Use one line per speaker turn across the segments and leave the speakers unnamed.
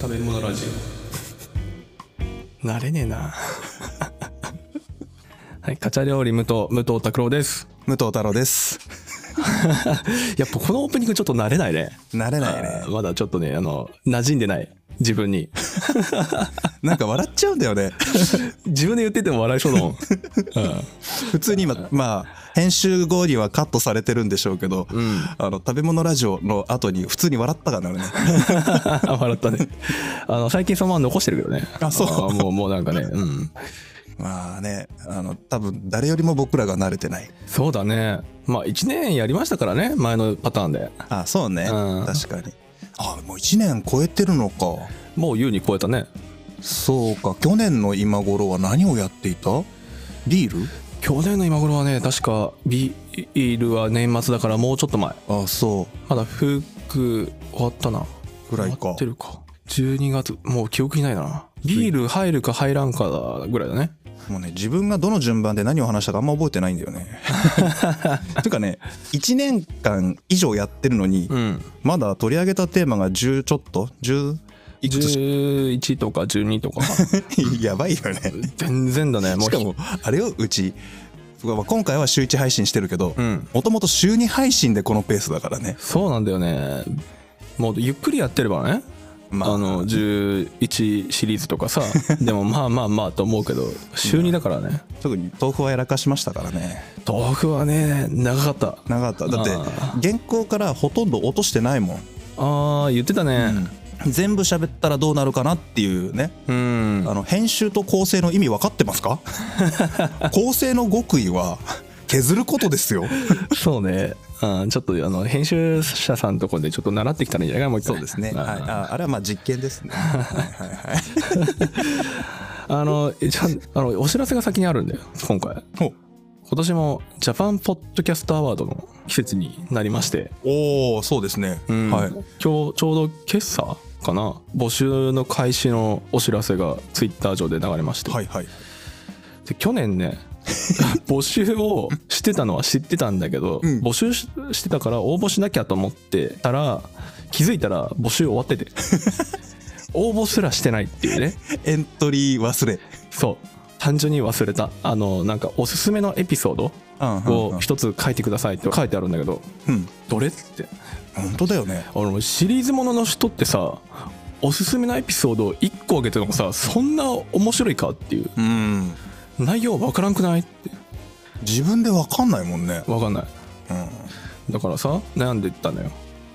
食べ物ラジ
慣れねえ なはいカチャ料理武藤武藤拓郎です
武藤太郎です
やっぱこのオープニングちょっと慣れないね
慣れないね
あーまだちょっとねあの馴染んでない自分に
なんか笑っちゃうんだよ ね
自分で言ってても笑いそうだもん、 うん
普通に今まあ編集後にはカットされてるんでしょうけど、
ん
あの食べ物ラジオの後に普通に笑ったから ね
笑ったねあの最近そのまま残してるけどね
あそう
ーもうもうなんかねうん
まあねあの多分誰よりも僕らが慣れてない
そうだねまあ1年やりましたからね前のパターンで
あそうね、
うん
確かにあもう1年超えてるのか
もう優に超えたね
そうか去年の今頃は何をやっていたビール
去年の今頃はね確かビールは年末だからもうちょっと前
あそ
まだフック終わったな
うぐら
終
い
わ
か
ってるか12月もう記憶にないなビール入るか入らんかだぐらいだね
もうね自分がどの順番で何を話したかあんま覚えてないんだよ ね。ていうかね1年間以上やってるのに、
うん
まだ取り上げたテーマが10ちょっと10いくつし
11とか12とか
やばいよね。
全然だねもう
し かもあれをうちまあ今回は週1配信してるけど
うん
もともと週2配信でこのペースだからね。
そうなんだよねもうゆっくりやってればね
ま
あ、の11シリーズとか さでもまあまあまあと思うけど週2だからね
特に豆腐はやらかしましたからね。
豆腐はね長かった
長かっただって
あ
原稿からほとんど落としてないもん。
あー言ってたね
全部喋ったらどうなるかなっていうね。
うん、
あの編集と構成の意味分かってま すか構成の極意は削ることですよ
そうね、うん、ちょっとあの編集者さんとこでちょっと習ってきたらいいんじゃないかなもう一回ん
はい、ああれはまあ実 験ですねはいはいはい
あの一応あのお知らせが先にあるんだよ今回
ほう
今年もジャパンポッドキャストアワードの季節になりまして、
おおそうですね、
うん
はい
今日ちょうど今朝かな募集の開始のお知らせがツイッター上で流れまして、
はいはい
で去年 ね募集をしてたのは知ってたんだけど、
うん
募集ししてたから応募しなきゃと思ってたら気づいたら募集終わって て応募すらしてないっていうね
エントリー忘れ
そう単純に忘れたあのなんかおすすめのエピソード
うんうんう
を
ん
一つ書いてくださいって書いてあるんだけど
うん
どれって
本当だよね
あのシリーズものの人ってさおすすめのエピソードを1個あげてもさそんな面白いかっていう
うん
内容わからんくないって
自分で分かんないもんね、
わかんない
うん、
だからさ悩んでったのよ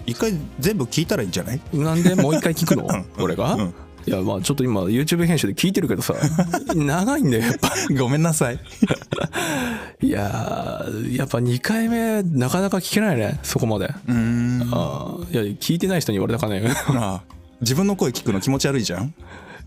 一回全部聞いたらいいんじゃない
なんでもう一回聞くの俺が、
うん
いやまあちょっと今 YouTube 編集で聞いてるけど さ長いんだよやっぱ
ごめんなさい
いやーやっぱ2回目なかなか聞けないねそこまで
うーん
あーいや聞いてない人に言われたかね
あ自分の声聞くの気持ち悪いじゃん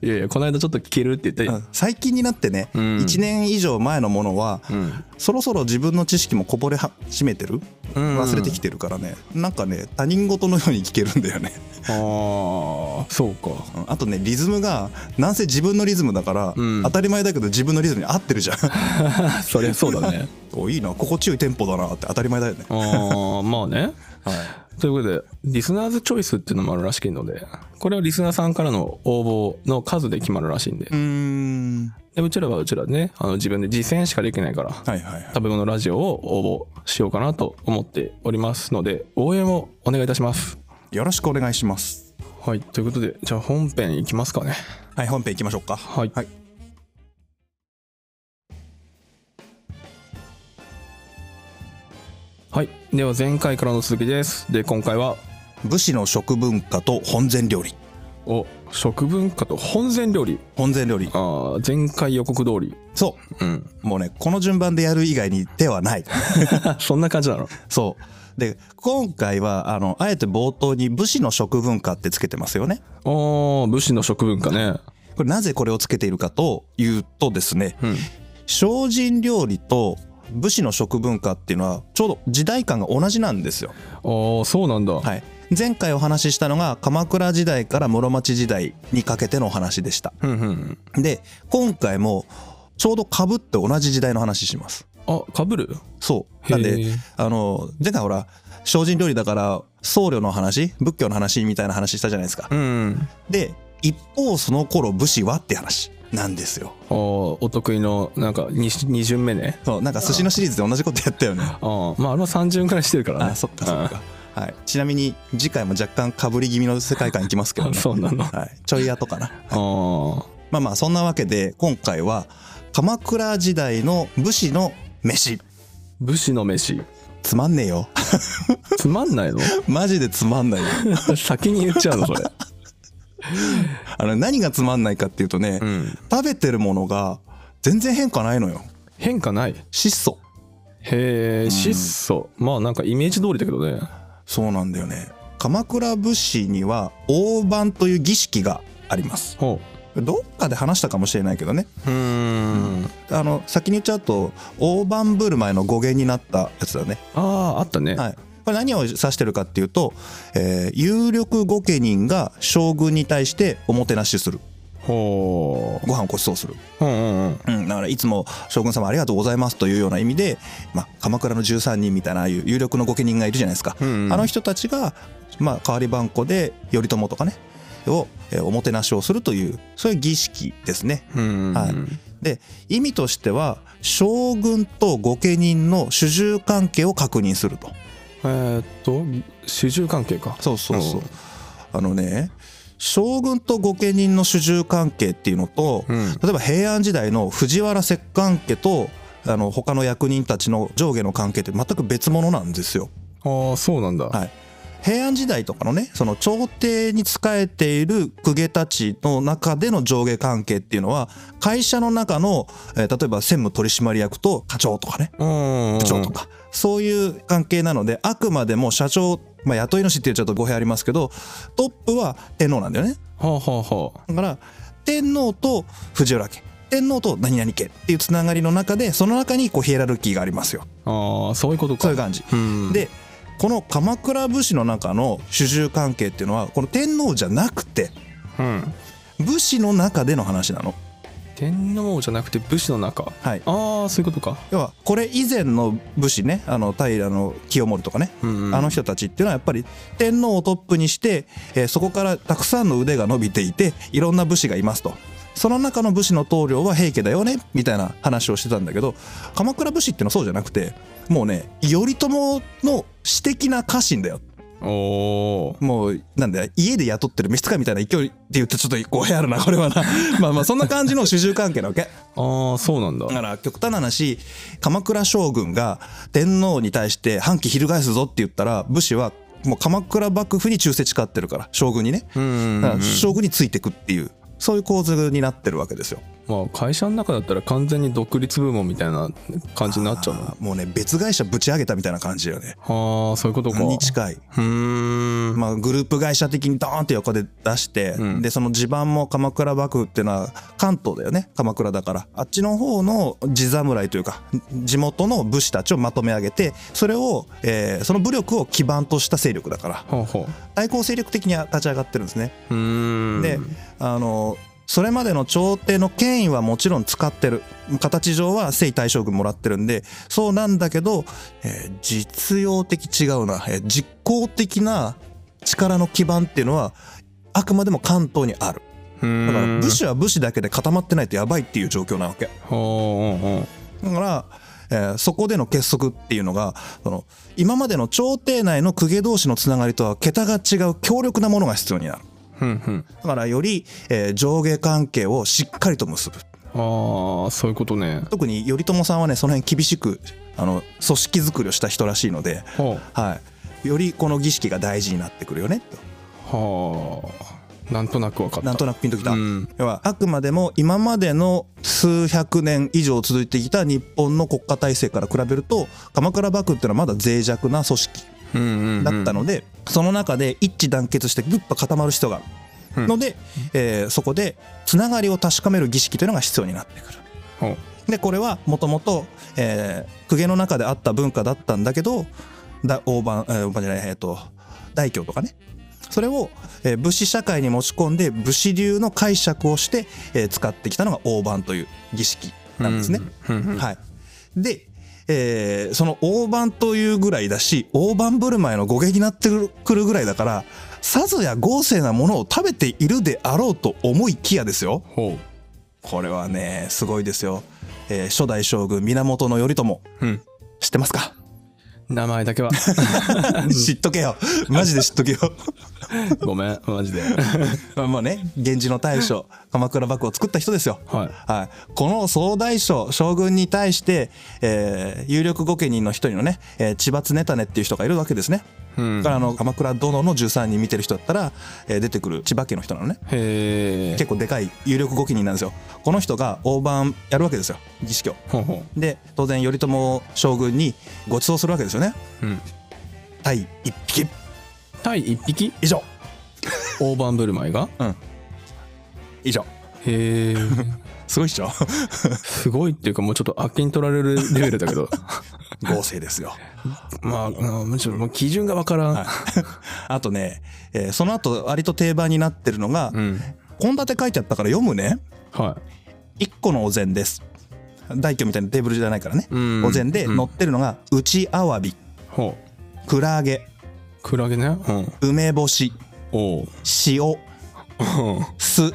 いやいやこの間ちょっと聞けるって言って、
最近になってね、
うん
1年以上前のものは、
ん
そろそろ自分の知識もこぼれ始めてる
うん
忘れてきてるからねなんかね他人事のように聞けるんだよね
ああそうか
うんあとねリズムがなんせ自分のリズムだから、
うん
当たり前だけど自分のリズムに合ってるじゃん
そりゃそうだね
おいいな心地よいテンポだなって当たり前だよね、
ああまあね
はい、
ということでリスナーズチョイスっていうのもあるらしいのでこれはリスナーさんからの応募の数で決まるらしいんで
うーん
でうちらはうちらでねあの自分で実践しかできないから
はいはいはい
食べ物ラジオを応募しようかなと思っておりますので応援をお願いいたします
よろしくお願いします
はいということでじゃあ本編いきますかね
はい本編いきましょうか
はい、
はい
はい、では前回からの続きですで今回は
武士の食文化と本膳料理
お食文化と本膳料理
本膳料理
あー前回予告通 り
そう
うん
もうねこの順番でやる以外に手 はない
そんな感じな の
そう。で、今回は、あの、あえて冒頭に武士の食文化ってつけてますよね。
あー武士の食文化ね
これなぜこれをつけているかというとですね、
うん
精進料理と武士の食文化っていうのは、ちょうど時代感が同じなんですよ。
ああそうなんだ、
はい。前回お話ししたのが、鎌倉時代から室町時代にかけてのお話でした。
うんうん
で、今回も、ちょうど被って同じ時代の話します。
あかぶる
そう。なん
へ
で
ー、
あの、前回ほら、精進料理だから、僧侶の話、仏教の話みたいな話したじゃないですか。
うん
で、一方その頃武士はって話なんですよ
おお得意のなんか 2, 二巡目ね
そうなんか寿司のシリーズで同じことやったよね
あまああれは3巡くらいしてるからね
あそっかそっかはい、ちなみに次回も若干かぶり気味の世界観いきますけどね
そうなの
はい、ちょい後かな
あー
まあまあそんなわけで今回は鎌倉時代の武士の飯
武士の飯
つまんねえよ
つまんないの
マジでつまんないよ
先に言っちゃうのそれ
あの何がつまんないかっていうとね、
ん
食べてるものが全然変化ないのよ
変化ないへ
質素
え質素まあなんかイメージ通りだけどね
そうなんだよね鎌倉武士には大判という儀式があります
ほ
どっかで話したかもしれないけどね
ううん
あの先に言っちゃうと大盤振る舞いの語源になったやつだよね
あああったね、
はい、これ何を指してるかっていうと、えー有力御家人が将軍に対しておもてなしする
ほ
ご飯をご馳走する、
ううんうんうん
うん、だからいつも将軍様ありがとうございますというような意味で、まあ、鎌倉の13人みたいなああいう有力の御家人がいるじゃないですか、
うんうん
あの人たちが、まあ、代わり番子で頼朝とかねを、えーおもてなしをするというそういう儀式ですね。
うんうん
はいで意味としては将軍と御家人の主従関係を確認すると。
えーっと主従関係か
そうそうそう
うん
あのね将軍と御家人の主従関係っていうのと、
うん
例えば平安時代の藤原摂関家とあの他の役人たちの上下の関係って全く別物なんですよ。
ああそうなんだ、
はい平安時代とかのねその朝廷に仕えている公家たちの中での上下関係っていうのは会社の中の、えー例えば専務取締役と課長とかね
うん
部長とか、そういう関係なのであくまでも社長、まあ、雇い主っていうちょっと語弊ありますけどトップは天皇なんだよね
はあはあはあ
だから天皇と藤原家天皇と何々家っていうつながりの中でその中にこうヒエラルキーがありますよ
ああそういうことか
そういう感じ、
うん
でこの鎌倉武士の中の主従関係っていうのはこの天皇じゃなくて
うん、
武士の中での話なの
天皇じゃなくて武士の中
はい
ああそういうことか
要はこれ以前の武士ねあの平の清盛とかね、
うんうん
あの人たちっていうのはやっぱり天皇をトップにして、えーそこからたくさんの腕が伸びていていろんな武士がいますとその中の武士の棟梁は平家だよねみたいな話をしてたんだけど鎌倉武士っていうのはそうじゃなくてもうね頼朝の私的な家臣だよ
おお
もうなんだ家で雇ってる召使いみたいな勢いって言うとちょっと語弊あるなこれはな まあまあそんな感じの主従関係なわけ。
ああそうなんだ
だから極端な話鎌倉将軍が天皇に対して反旗翻すぞって言ったら武士はもう鎌倉幕府に忠誠誓ってるから将軍にね、
うん
だから将軍についてくっていうそういう構図になってるわけですよ
まあ会社の中だったら完全に独立部門みたいな感じになっちゃう
あーもうね別会社ぶち上げたみたいな感じだよね
のああそういうことか
に近いう
ーん
まあ、グループ会社的にドーンって横で出して、
うん
でその地盤も鎌倉幕府っていうのは関東だよね鎌倉だからあっちの方の地侍というか地元の武士たちをまとめ上げてそれを、えーその武力を基盤とした勢力だから
ほうほ
対抗勢力的に立ち上がってるんですね。
ううーん
であのそれまでの朝廷の権威はもちろん使ってる形上は征夷大将軍もらってるんでそうなんだけど、えー実用的違うな、えー実効的な力の基盤っていうのはあくまでも関東にあるだから武士は武士だけで固まってないとやばいっていう状況なわけ
ほううんうん
だから、えーそこでの結束っていうのがその今までの朝廷内の公家同士のつながりとは桁が違う強力なものが必要になる
ふんふん
だからより、えー上下関係をしっかりと結ぶ
ああそういうことね
特に頼朝さんはねその辺厳しくあの組織作りをした人らしいので、
は
はい、よりこの儀式が大事になってくるよね
あはあなんとなくわかっ
と
た
なんとなくピンときた、
うん
要はあくまでも今までの数百年以上続いてきた日本の国家体制から比べると鎌倉幕府ってのはまだ脆弱な組織
うんうんうん
だったので、その中で一致団結してグッと固まる人があるので、えーそこでつながりを確かめる儀式というのが必要になってくる。
ほう
でこれはもともとえー公家の中であった文化だったんだけどだ大判、えー大判じゃないえーと大京とかねそれを、えー武士社会に持ち込んで武士流の解釈をして、えー使ってきたのが大判という儀式なんですね。
うんうんうん
はい、で、えーその大判というぐらいだし大盤振る舞いの語源になってくるぐらいだからさぞや豪勢なものを食べているであろうと思いきやですよ
ほ
これはねすごいですよ、えー初代将軍源頼朝
う。うん。
知ってますか
名前だけは。
知っとけよマジで知っとけよ
ごめん、マジで。
まあまあね源氏の大将鎌倉幕府を作った人ですよ
はい。
はい、この総大将将軍に対して、えー有力御家人の一人のね、えー千葉常胤っていう人がいるわけですね、
うん
だからあの鎌倉殿の13人見てる人だったら、えー出てくる千葉家の人なのね
へえ。
結構でかい有力御家人なんですよこの人が大盤やるわけですよ儀式を
ほうほ
で当然頼朝将軍にご馳走するわけですよね
う。うん。
対一匹
対一匹
以上
大盤振る舞いが
以上
へえ。
すごいっしょ
すごいっていうか、もうちょっとあっけに取られるレベルだ けど。
豪勢ですよ
まあ、うんむしろもう基準がわからん。
あとね、えーその後割と定番になってるのが
うん。
献立書いてあったから読むね
は
1個のお膳です大居みたいなテーブルじゃないからね、
うん
お膳で
うん
乗ってるのがうちあわび
い。ほう。
クラゲ
クラゲね。うん。
梅干し
おう。
塩
うん
酢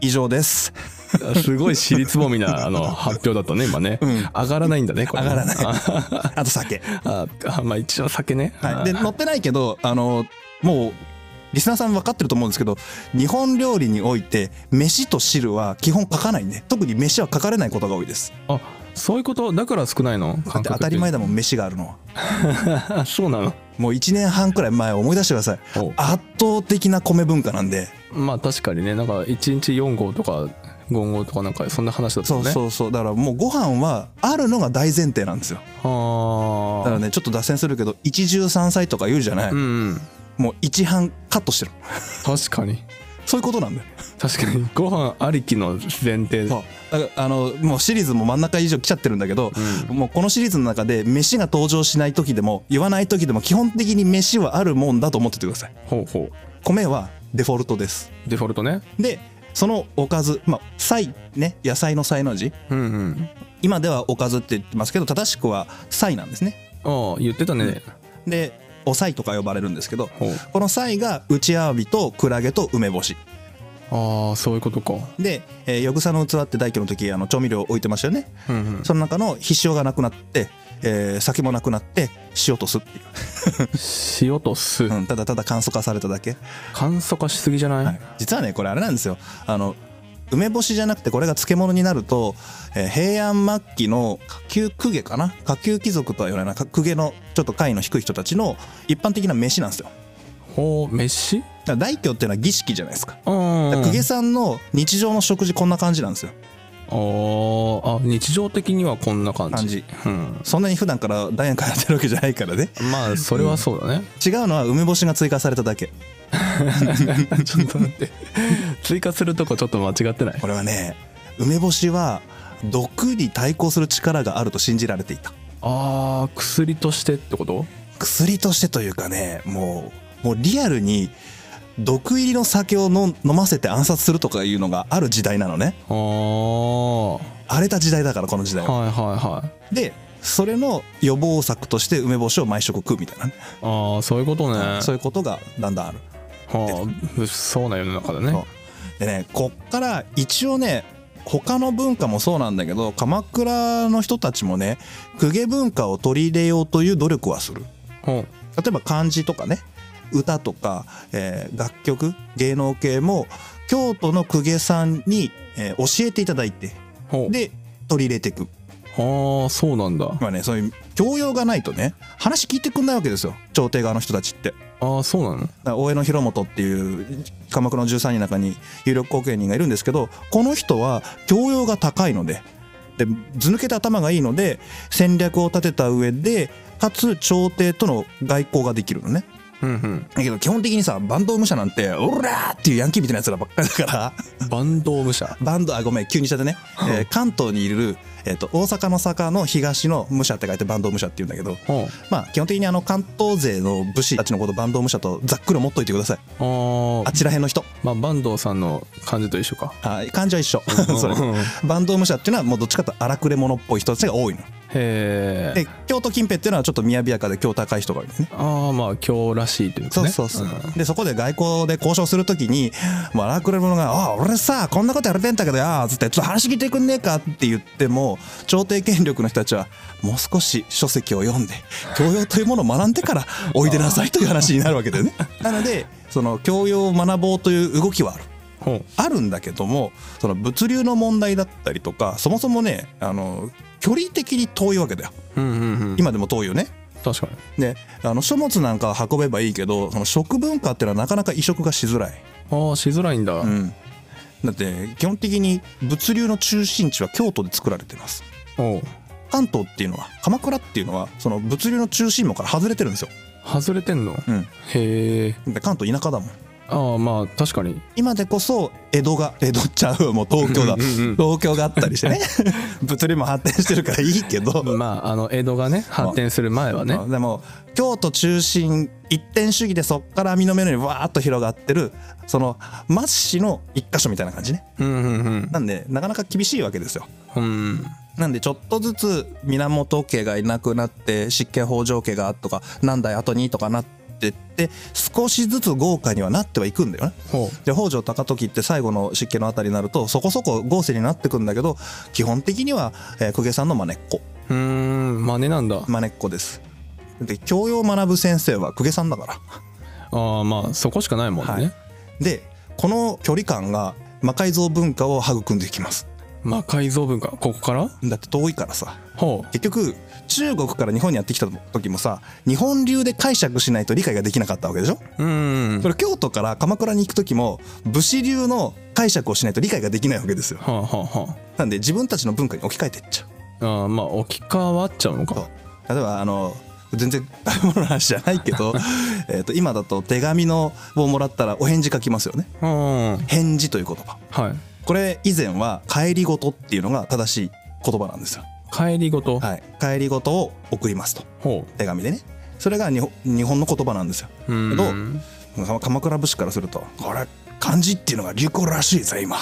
以上です
すごい尻つぼみなあの発表だったね今ね、上がらないんだねこれ
上がらない
あ
あと酒、
ああまあ一応酒ね、
はい、で乗ってないけどあのもうリスナーさん分かってると思うんですけど日本料理において飯と汁は基本書かないね特に飯は書かれないことが多いです
あそういうことだから少ないの
だって当たり前だもん飯があるのは
だ そうなの
もう1年半くらい前思い出してください
お
圧倒的な米文化なんで
まあ確かにねなんか1日4合とか5合とかなんかそんな話だった
そ
もん
う
ねう
そうそうだからもうご飯はあるのが大前提なんですよだから
あ
ねちょっと脱線するけど一汁三菜とか言うじゃない、
あうんうん
もう一飯カットしてる
確かに
そういうことなんだよ
確かに ご飯ありきの前提
そうだからあのもうシリーズも真ん中以上来ちゃってるんだけど、もうこのシリーズの中で飯が登場しない時でも言わない時でも基本的に飯はあるもんだと思っててください
ほうほ
米はデフォルトです
うデフォルトね
でそのおかずまあ菜ね野菜の菜の字
うんうん
今ではおかずって言ってますけど正しくは菜なんですね
ああ言ってたね、
でお菜とか呼ばれるんですけど
ほう
この菜が内アワビとクラゲと梅干し
ああそういうことか
で、えー、よぐさの器って大輝の時あの調味料置いてましたよね
うんうん
その中の必勝がなくなって、えー酒もなくなって塩と酢っていう、
塩と酢、
うん、ただただ簡素化されただけ、
簡素化しすぎじゃない、
はい、実はねこれあれなんですよあの梅干しじゃなくてこれが漬物になると、えー平安末期の下級公家かな下級貴族とは言わないな公家のちょっと階の低い人たちの一般的な飯なんですよ
ほう飯
だから大凶っていうのは儀式じゃないですか
うん
だから公家さんの日常の食事こんな感じなんですよ
あーあ日常的にはこんな感じ
感じ
うん、
そんなに普段からダイアンからやってるわけじゃないからね
まあそれはそう だね、
違うのは梅干しが追加されただけ
ちょっと待って追加するとこちょっと間違ってない
これはね梅干しは毒に対抗する力があると信じられていた
あー薬としてってこと
薬としてというかねもうもうリアルに毒入りの酒を飲ん飲ませて暗殺するとかいうのがある時代なのね
ああは
荒れた時代だからこの時代
い
は
はいはい
でそれの予防策として梅干しを毎食食うみたいなね、
ああそういうことね
そう
う
いうことがだんだんある
はあ物騒な世の中だ
そう
ね
でねこっから一応ね他の文化もそうなんだけど鎌倉の人たちもね公家文化を取り入れようという努力はする
ほ
例えば漢字とかね歌とか、えー楽曲芸能系も京都の公家さんに、えー教えていただいて
うほう
で取り入れていく
ああそうなんだ
まあねそういう教養がないとね話聞いてくんないわけですよ朝廷側の人たちって
ああそうなの
だから大江の広元っていう鎌倉の13人の中に有力後見人がいるんですけどこの人は教養が高いのでで図抜けた頭がいいので戦略を立てた上でかつ朝廷との外交ができるのね
うんうん
だけど基本的にさバンド武者なんて「オラ!」っていうヤンキーみたいなやつらばっかりだから
バンド武者
バンドあごめん急にしちゃってね、えー関東にいる、えー、と大阪の坂の東の武者って書いてバンド武者って言うんだけど
ほう
まあ基本的にあの関東勢の武士たちのことバンド武者とざっくり思っといてください
ああ
あちらへんの人
まあ坂東さんの感じと一緒か
はい漢字は一緒それ
うん
バンド武者っていうのはもうどっちかというと荒くれ者っぽい人たちが多いの
へえ
で京都近辺っていうのはちょっと雅やかで京高い人が多いですね
ああまあ今日らしいというか
そう
ね
そうそう、
ん
でそこで外交で交渉するときに、まあ、ラクレモノが「ああ俺さこんなことやれてんだけどや」つって「ちょっと話聞いてくんねえか」って言っても朝廷権力の人たちは「もう少し書籍を読んで教養というものを学んでからおいでなさい」という話になるわけ だよね。なのでその教養を学ぼうという動きはある。
ほう
あるんだけどもその物流の問題だったりとかそもそもねあの距離的に遠いわけだよ
うんうんうん
今でも遠いよね
確かに
であの書物なんかは運べばいいけどその食文化っていうのはなかなか移植がしづらい、
ああしづらいんだ、
うん、だって基本的に物流の中心地は京都で作られてます
おう
関東っていうのは鎌倉っていうのはその物流の中心部から外れてるんですよ、
外れてんの
うん、
へえ
で関東田舎だもん
ああまあ確かに
今でこそ江戸が江戸ちゃうわもう東京だ
うんうんうん
東京があった りしてね物流も発展してるからいいけど、
まああの江戸がね発展する前はね
うんでも京都中心一点主義でそっから網の目のようにわーっと広がってるその末市の一箇所みたいな感じね
うんうんうん
なんでなかなか厳しいわけですよ
うん
なんでちょっとずつ源家がいなくなって執権北条家がとか何代後にとかなってって少しずつ豪華にはなってはいくんだよね
ほ
で北条高時って最後の執権のあたりになるとそこそこ豪勢になってくんだけど基本的には、えー公家さんの真似っこ
ううーん真似なんだ
真似っこですで教養を学ぶ先生は公家さんだから
ああまあそこしかないもんね、
はいでこの距離感が魔改造文化を育んでいきます
まあ改造文化ここから
だって遠いからさ
ほう
結局中国から日本にやってきた時もさ日本流で解釈しないと理解ができなかったわけでしょ
うんうん
それ京都から鎌倉に行く時も武士流の解釈をしないと理解ができないわけですよ
はあはあは
なんで自分たちの文化に置き換えていっちゃう
ああーまあ置き換わっちゃうの
そう
か
例えばあの全然食べ物の話じゃないけど えーと今だと手紙のをもらったらお返事書きますよね
うんはい
返事という言葉これ以前は帰りごとっていうのが正しい言葉なんですよ、
帰りごと、
はい、帰りごとを送りますと
ほ
手紙でねそれが日本日本の言葉なんですよ
ううん
けど鎌倉武士からするとこれ漢字っていうのが流行らしいぜ今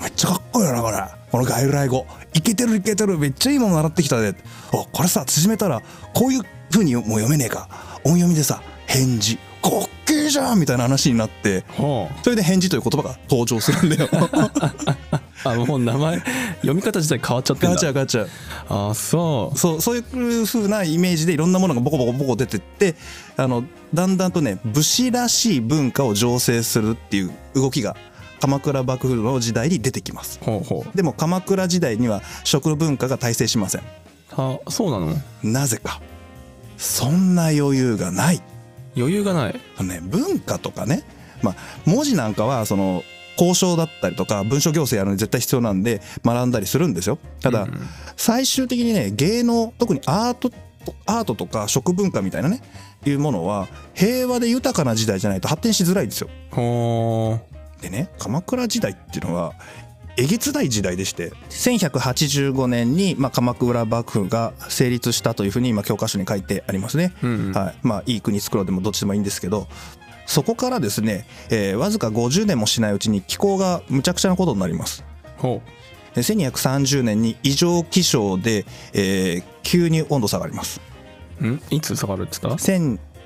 めっちゃかっこいいよなこれこの外来語いけてるいけてるめっちゃいいもの習ってきたでおこれさ縮めたらこういう風にもう読めねえか音読みでさ返事滑稽じゃんみたいな話になって
ほう
それで返事という言葉が登場するんだよ
あもう名前 読み方自体変わっちゃってん
ガ
だ
チャガチャ
あそう
そうそういう風なイメージでいろんなものがボコボコボコ出てってあのだんだんとね武士らしい文化を醸成するっていう動きが鎌倉幕府の時代に出てきます
ほうほう
でも鎌倉時代には食文化が大成しません
あそうなの
なぜかそんな余裕がない
余裕がない
あのね文化とかね、まあ、文字なんかはその交渉だったりとか文書行政やるのに絶対必要なんで学んだりするんですよただ、
うん
最終的にね芸能特にアートアートとか食文化みたいなねいうものは平和で豊かな時代じゃないと発展しづらいんですよ
ほ
でね鎌倉時代っていうのはえげつない時代でして1185年に、まあ、鎌倉幕府が成立したというふうに今教科書に書いてありますね、
ううん
はい、まあいい国作ろうでもどっちでもいいんですけどそこからですね、えーわずか50年もしないうちに気候がむちゃくちゃなことになります
ほ
で1230年に異常気象で、えー急に温度下がります
うんいつ下がるって言った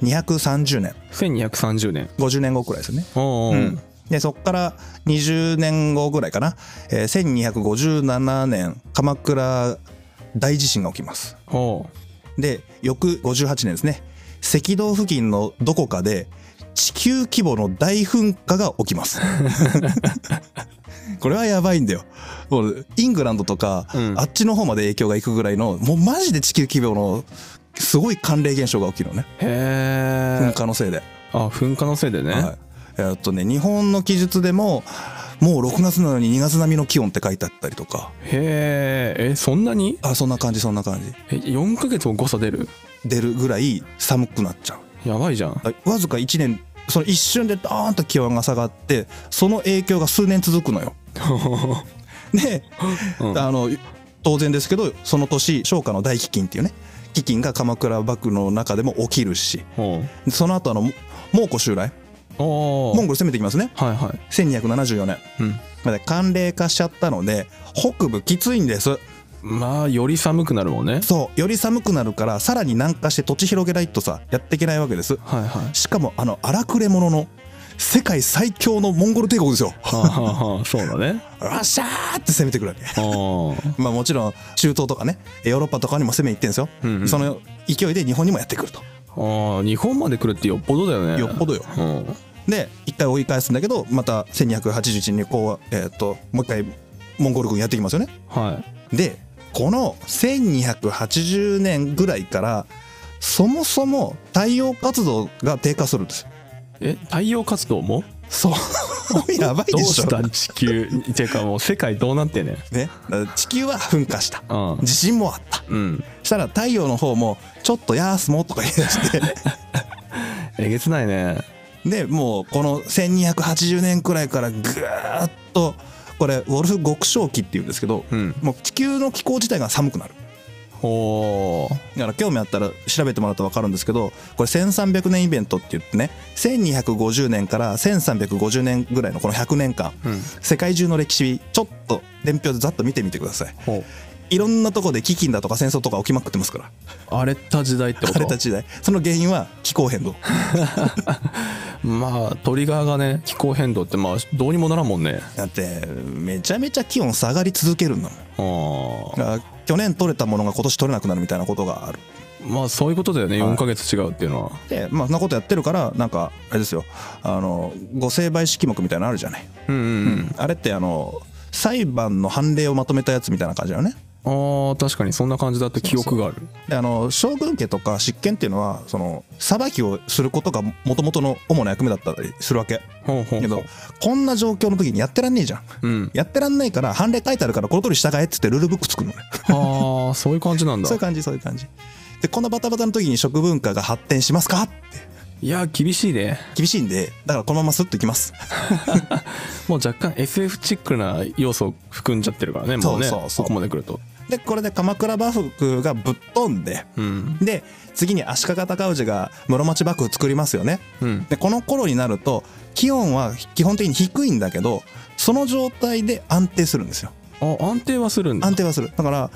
1230年
1230年
50年後くらいですよね
おうおう、
うんでそこから20年後ぐらいかな、えー1257年鎌倉大地震が起きます
ほ
で翌58年ですね赤道付近のどこかで地球規模の大噴火が起きます これはやばいんだよもうイングランドとか、
うん
あっちの方まで影響がいくぐらいのもうマジで地球規模のすごい寒冷現象が起きるのね
うへ
噴
え
火のせいで、
あ噴火のせいでね、
はい、えっとね日本の記述でももう6月なのに2月並みの気温って書いてあったりとか
へーえそんなに
あそんな感じそんな感じ
え4ヶ月も誤差出る
出るぐらい寒くなっちゃう
やばい じゃん
わずか1年その一瞬でドーンと気温が下がってその影響が数年続くのよ。で、
うん
あの当然ですけどその年商家の大飢饉っていうね飢饉が鎌倉幕府の中でも起きるし
おう
その後あの蒙古襲来
おう
モンゴル攻めてきますね
はいは
1274年
いうん
まで寒冷化しちゃったので北部きついんです
まあより寒くなるもんね
そうより寒くなるからさらに南下して土地広げないとさやっていけないわけです
はい はい
しかもあの荒くれ者の世界最強のモンゴル帝国ですよ
はあ、はあはあ、そうだね
よっしゃーって攻めてくるわけ
ああ
まあもちろん中東とかねヨーロッパとかにも攻めに行ってんですよ、
うんうん
その勢いで日本にもやってくると
ああ日本まで来るってよっぽどだよね
よっぽどよ
うん
で一回追い返すんだけどまた1281にこう、えー、ともう一回モンゴル軍やってきますよね
はい
でこの1280年ぐらいからそもそも太陽活動が低下するんですよ
え太陽活動も
そう やばい
どう
でしょ
した地球ていうかもう世界どうなってんねん
ね、だから地球は噴火した
うん
地震もあった
うん
したら太陽の方もちょっとやーすもとか言い出して
えげつないね
でもうこの1280年くらいからぐーっとこれウォルフ極小期っていうんですけど
うん
もう地球の気候自体が寒くなる
おー
だから興味あったら調べてもらうと分かるんですけどこれ1300年イベントって言ってね1250年から1350年ぐらいのこの100年間
うん
世界中の歴史ちょっと伝票でざっと見てみてください
ほう
いろんなとこで飢饉だとか戦争とか起きまくってますから
荒れた時代ってこ と
荒れた時代その原因は気候変動
まあトリガーがね気候変動ってまあどうにもならんもんね
だってめちゃめちゃ気温下がり続けるんだもん
あ
だから去年取れたものが今年取れなくなるみたいなことがある
あまあそういうことだよね
はい
4ヶ月違うっていうのは
でまあそんなことやってるからなんかあれですよあのご成敗式目みたいなのあるじゃない、
うんうん
あれってあの裁判の判例をまとめたやつみたいな感じだよね
うんああ確かにそんな感じだって記憶がある
であの将軍家とか執権っていうのはその裁きをすることがもともとの主な役目だったりするわけ
ほうほう
け
ほ
ど
う
こんな状況の時にやってらんねえじゃん
うん
やってらんないから判例書いてあるからこの通り従えっつってルールブック作るのね
ああそういう感じなんだ
そういう感じそういう感じでこんなバタバタの時に食文化が発展しますかって
いや厳しいね
厳しいんでだからこのままスッといきます
もう若干 SF チックな要素を含んじゃってるからねもうね
そうそうそう
ここまで来ると
でこれで鎌倉幕府がぶっ飛んで
うん
で次に足利尊氏が室町幕府作りますよね
うん
でこの頃になると気温は基本的に低いんだけどその状態で安定するんですよ
あ安定はするんだ
安定はするだから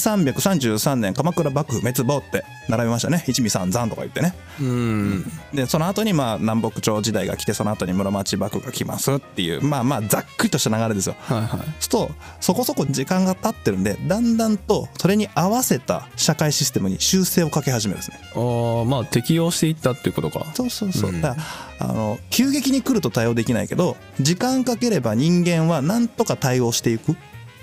1333年鎌倉幕府滅亡って並べましたね一味三山とか言ってね
うん
でその後にまあ南北朝時代が来てその後に室町幕府が来ますっていうまあまあざっくりとした流れですよ
はいはい
そうするとそこそこ時間が経ってるんでだんだんとそれに合わせた社会システムに修正をかけ始めるんですね
ああまあ適用していったっていうことか
そうそう
そう
だからあの急激に来ると対応できないけど時間かければ人間はなんとか対応していく、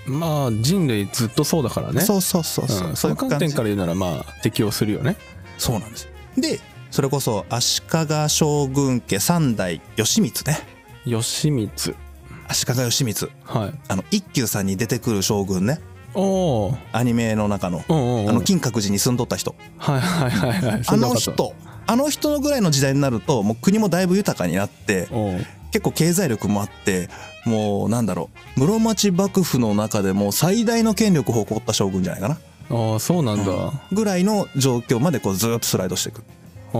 まあ人類ずっとそうだからね
そうそうそうそう、
うん、その観点から言うならまあ適用するよね
そうなんですでそれこそ足利将軍家三代義満ね
吉光
足利義満
はい
あの一休さんに出てくる将軍ね
おお
アニメの中の
うんうんうん
あの金閣寺に住んどった人
はいはいはいはいそ
あ
んな
の
方
人あの人のぐらいの時代になるともう国もだいぶ豊かになって
おう
結構経済力もあってもうなんだろう室町幕府の中でも最大の権力を誇った将軍じゃないかな
ああそうなんだ、あ
ぐらいの状況までこうずーっとスライドしていく
あ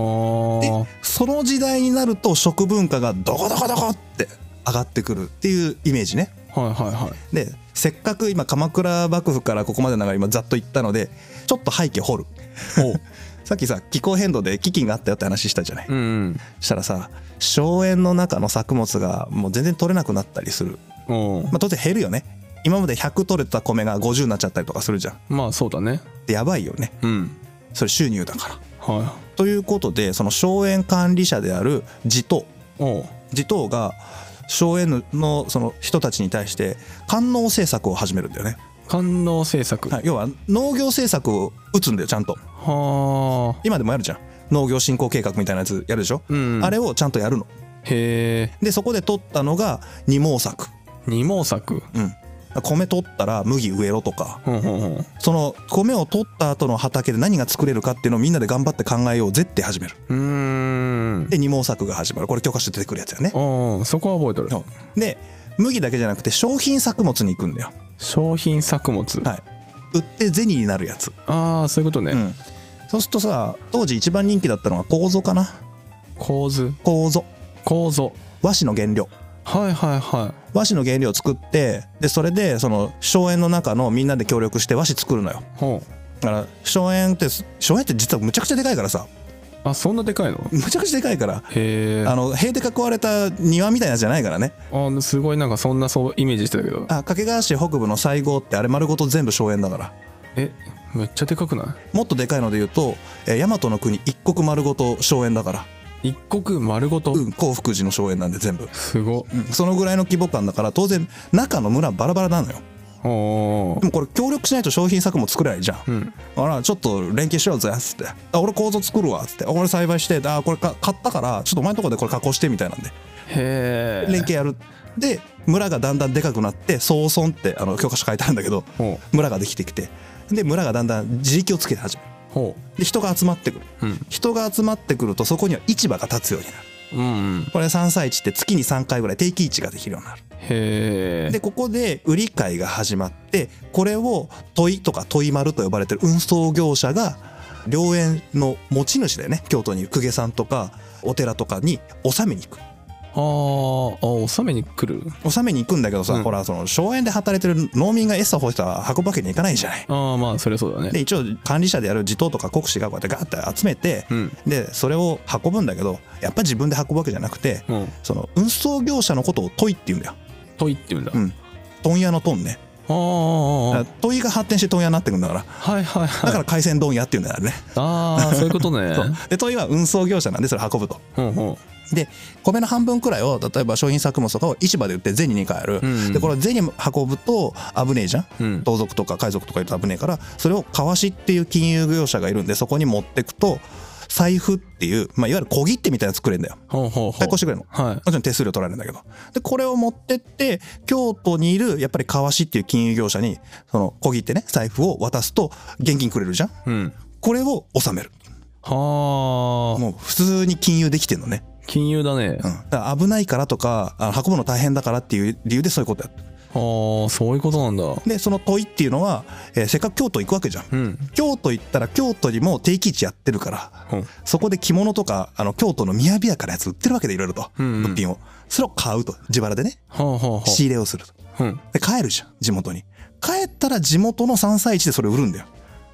その時代になると食文化がどこどこどこって上がってくるっていうイメージね
はいはいはい
でせっかく今鎌倉幕府からここまでの流れ今ざっと言ったのでちょっと背景掘る さっきさ気候変動で飢饉があったよって話したじゃない
うんうん
したらさ荘園の中の作物がもう全然取れなくなったりする
おう
まあ当然減るよね今まで100取れた米が50になっちゃったりとかするじゃん
まあそうだね
でやばいよね
うん
それ収入だから
は
ということでその荘園管理者である地頭
いおう
地頭が荘園のその人たちに対して官能政策を始めるんだよね、
官能政策は
はい、要は農業政策を打つんだよちゃんと
あ
今でもやるじゃん農業振興計画みたいなやつやるでしょ、
うん
あれをちゃんとやるの
へえ
でそこで取ったのが二毛作
二毛作
うん米取ったら麦植えろとか
ほんほんほん
その米を取った後の畑で何が作れるかっていうのをみんなで頑張って考えようぜって始める
うーん
で二毛作が始まるこれ教科書出てくるやつだよね
おうそこは覚えとる
で麦だけじゃなくて商品作物に行くんだよ
商品作物、
はい売って銭になるやつ、
ああそういうことね、
うん、そうするとさ当時一番人気だったのは楮かな
構図
楮
構造
和紙の原料
はいはいは
和紙の原料を作ってでそれでその荘園の中のみんなで協力して和紙作るのよ
いほう
だから荘園って荘園って実はむちゃくちゃでかいからさ
あそんなでかいの
むちゃくちゃでかいから
へえ
あの塀で囲われた庭みたいなやつじゃないからね
あすごいなんかそんなそうイメージしてたけど
あ掛川市北部の西郷ってあれ丸ごと全部荘園だから
えめっちゃでかくな
もっとでかいので言うと、えー、大和の国一国丸ごと荘園だから
い一国丸ごと、
うん興福寺の荘園なんで全部、
すご
うん、そのぐらいの規模感だから当然中の村バラバラなのよ
お
で
ー
もこれ協力しないと商品作も作れないじゃん
うん
あらちょっと連携しようぜっつって「あ俺構造作るわ」っつってあ「俺栽培してあこれか買ったからちょっとお前のとこでこれ加工して」みたいなんで
へえ
連携やるで村がだんだんでかくなって「総村」ってあの教科書書いてあるんだけど
ほ
村ができてきてで村がだんだん地域をつけて始める
うほ
で人が集まってくる
ううん
人が集まってくるとそこには市場が立つようになる
うんうん
これ山菜市って月に3回ぐらい定期市ができるようになる
へえ
でここで売り買いが始まってこれを問いとか問い丸と呼ばれてる運送業者が良縁の持ち主だよね京都にいる公家さんとかお寺とかに納めに行く
あーあ納めに来る
納めに行くんだけどさ、
うん
ほらその荘園で働いてる農民が餌を干したら運ぶわけにいかないじゃない。
ああまあそりゃそうだね
で一応管理者である地頭とか国士がこうやってガーッて集めて、
うん
でそれを運ぶんだけどやっぱ自分で運ぶわけじゃなくて
うん
その運送業者のことを問いって言うんだよ。
問いって言うんだ、
うん問屋の問ね。
あーあーあー
問いが発展して問屋になってくんだから。
はいはいは
だ
い
から海鮮問屋っていうんだよね。
ああそういうことね
そうで問いは運送業者なんでそれ運ぶと。
ほうほ
で米の半分くらいを例えば商品作物とかを市場で売って銭に変える。
う、うんうん、
でこれを銭運ぶと危ねえじゃん。
うん
盗賊とか海賊とかいると危ねえからそれをかわしっていう金融業者がいるんでそこに持ってくと財布っていう、まあ、いわゆる小切手みたいなの作れるんだよ。
ほうほうほう
対抗してくれるの。
はい
もちろん手数料取られるんだけど。で、これを持ってって、京都にいる、やっぱり川市っていう金融業者に、その、小切手ね、財布を渡すと、現金くれるじゃん
うん
これを納める。
はあ
もう、普通に金融できてんのね。
金融だね、
うん。だから危ないからとか、あの運ぶの大変だからっていう理由でそういうことやって
ああそういうことなんだ
で、その問いっていうのは、えーせっかく京都行くわけじゃん。
うん
京都行ったら京都にも定期市やってるから、
ほう
そこで着物とか、あの、京都の雅やかなやつ売ってるわけでいろいろと。
うんうん
物品を。それを買うと。自腹でね。
ほうほうほ
仕入れをすると。
ううん
で帰るじゃん地元に帰ったら地元の山菜市でそれ売るんだよ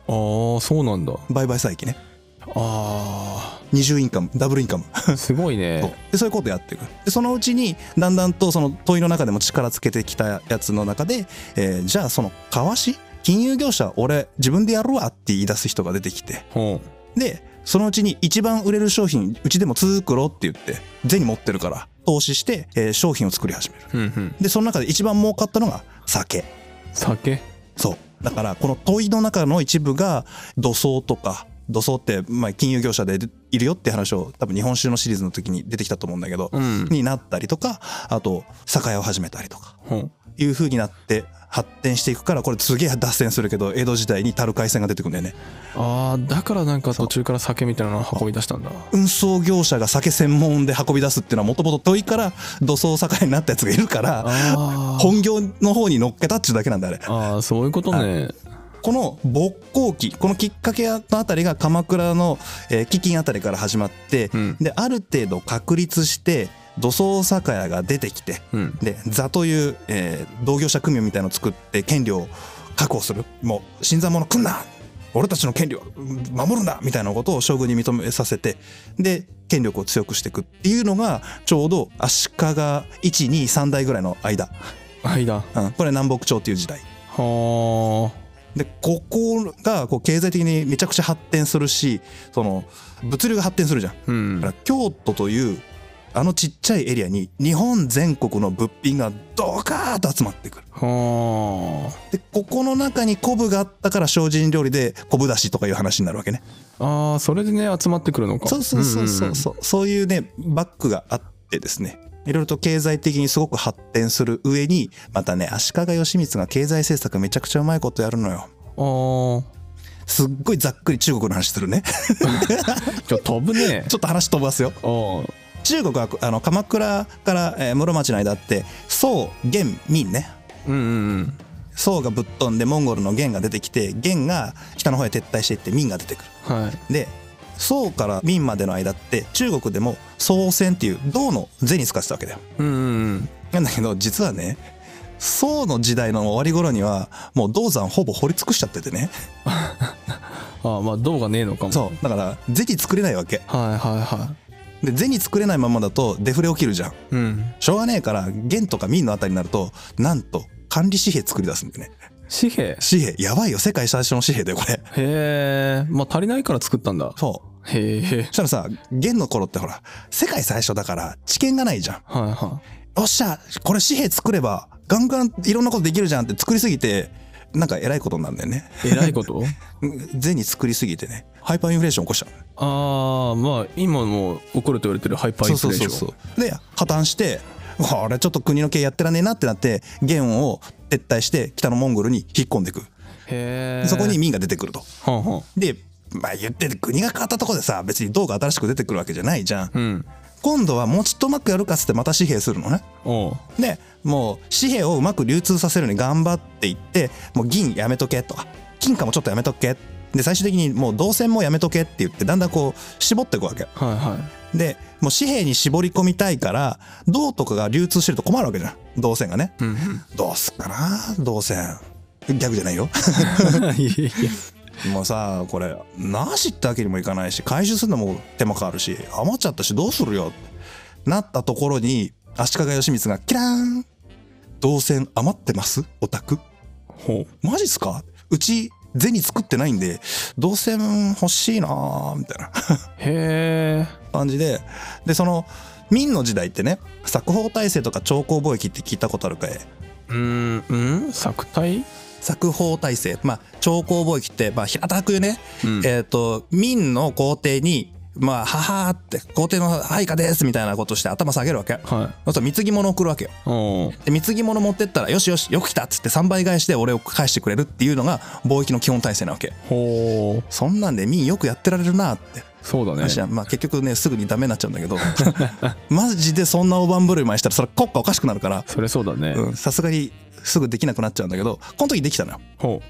ああそうなんだ
売買再起ね
あ
二重インカムダブルインカム
あすごい
そう
ね
でそういうことやっていくでそのうちにだんだんとその問いの中でも力つけてきたやつの中で、えーじゃあそのかわし金融業者俺自分でやるわって言い出す人が出てきて
ほ
でそのうちに一番売れる商品うちでも通ろって言って銭持ってるから投資して、えー商品を作り始める
ううんうん
でその中で一番儲かったのが酒
酒
そう。だから、この問いの中の一部が、土葬とか、土葬って、まあ、金融業者でいるよって話を、多分日本酒のシリーズの時に出てきたと思うんだけど、
うん
になったりとか、あと、酒屋を始めたりとか、
ほう
いう風になって、発展していくから、これすげえ脱線するけど、江戸時代に樽海鮮が出てくるんだよね。
ああだからなんか途中から酒みたいなの運び出したんだ
運送業者が酒専門で運び出すっていうのは、もともと問いから土葬酒屋になったやつがいるから、
あー
本業の方に乗っけたっていうだけなんだ、あれ。
あーそういうことね
この勃興期このきっかけのあたりが鎌倉の、えー飢饉あたりから始まって、
うん
である程度確立して土葬酒屋が出てきて
うん
で座という、えー同業者組合みたいのを作って権利を確保するもう新参者来んな俺たちの権利をうん守るんだみたいなことを将軍に認めさせてで権力を強くしていくっていうのがちょうど足利123代ぐらいの間、
間
うん、これ南北朝っていう時代。
は
でここがこう経済的にめちゃくちゃ発展するしその物流が発展するじゃん。だ
あうん
から京都というあのちっちゃいエリアに日本全国の物品がドカーッと集まってくる。
は
でここの中に昆布があったから精進料理で昆布だしとかいう話になるわけね。
あああそれでね集まってくるのか
そうそうそうそ
んん
うそう、そういうねバックがあってですねいろいろと経済的にすごく発展する上にまたね足利義満が経済政策めちゃくちゃうまいことやるのよ。
うんあ
すっごいざっくり中国の話するね。
あちょ飛ぶね
ちょっと話飛ばすよ。
おう
中国はあの鎌倉から、えー室町の間って宋元民ね
うんうんうん
宋がぶっ飛んでモンゴルの元が出てきて元が北の方へ撤退していって民が出てく
はい
るで宋から民までの間って中国でも宋銭っていう銅の銭使ってたわけだよ
うんうん
なんだけど実はね宋の時代の終わり頃にはもう銅山ほぼ掘り尽くしちゃっててね
ああまあ銅がねえのかも
そうだから銭作れないわけ
はいはいは
で銭作れないままだとデフレ起きるじゃん
いうん
しょうがねえから元とか民のあたりになるとなんと管理紙幣作り出すんだよね
紙幣へ
紙幣やばいよ世界最初の紙幣だよこれ
えまあ足りないから作ったんだ
そう
へえ
そしたらさ元の頃ってほら世界最初だから知見がないじゃん
はいは
よっしゃこれ紙幣作ればガンガンいろんなことできるじゃんって作りすぎてなんかえらいことになるんだよね
いえらいこと
銭作りすぎてねハイパーインフレーション起こしちゃう
ああまあ今も起こると言われてるハイパーインフレーション
そうそうそうそうで破綻してこれちょっと国の経営やってらねえなってなって元を撤退して北のモンゴルに引っ込んでいく
へえ
そこに民が出てくると
はんはん
でまあ言ってて国が変わったとこでさ別に銅が新しく出てくるわけじゃないじゃん
うん
今度はもうちょっとうまくやるかっつってまた紙幣するのね
おう
でもう紙幣をうまく流通させるのに頑張っていってもう銀やめとけとか金貨もちょっとやめとけで最終的にもう銅線もやめとけって言ってだんだんこう絞っていくわけ
はいはい
でもう紙幣に絞り込みたいから銅とかが流通してると困るわけじゃん銅線がね
うんうん
どうすっかな銅線逆じゃないよ
い やいや
もうさこれなしってわけにもいかないし回収するのも手間かかるし余っちゃったしどうするよってなったところに足利義満がキラーン銅線余ってますオタク
ほう
マジっすかうち銭作ってないんで銅線欲しいなーみたいな
へえ
感じででその明の時代ってね作法体制とか朝貢貿易って聞いたことあるかい
うんうん作体
作法体制まあ朝貢貿易って、まあ、平たく言うね、
うん
えっ、と明の皇帝にまあ「はは」って皇帝の配下ですみたいなことして頭下げるわけそう
はい
すると貢ぎ物送るわけよ
おう
で貢ぎ物持ってったら「よしよしよく来た」っつって3倍返しで俺を返してくれるっていうのが貿易の基本体制なわけ
ほう
そんなんで明よくやってられるなって
そうだね
話はまあ結局ねすぐにダメになっちゃうんだけど マジでそんな大盤振る舞いしたらそれ国家おかしくなるから
それそうだね、
うんさすがにすぐできなくなっちゃうんだけどこの時できたのよ
ほ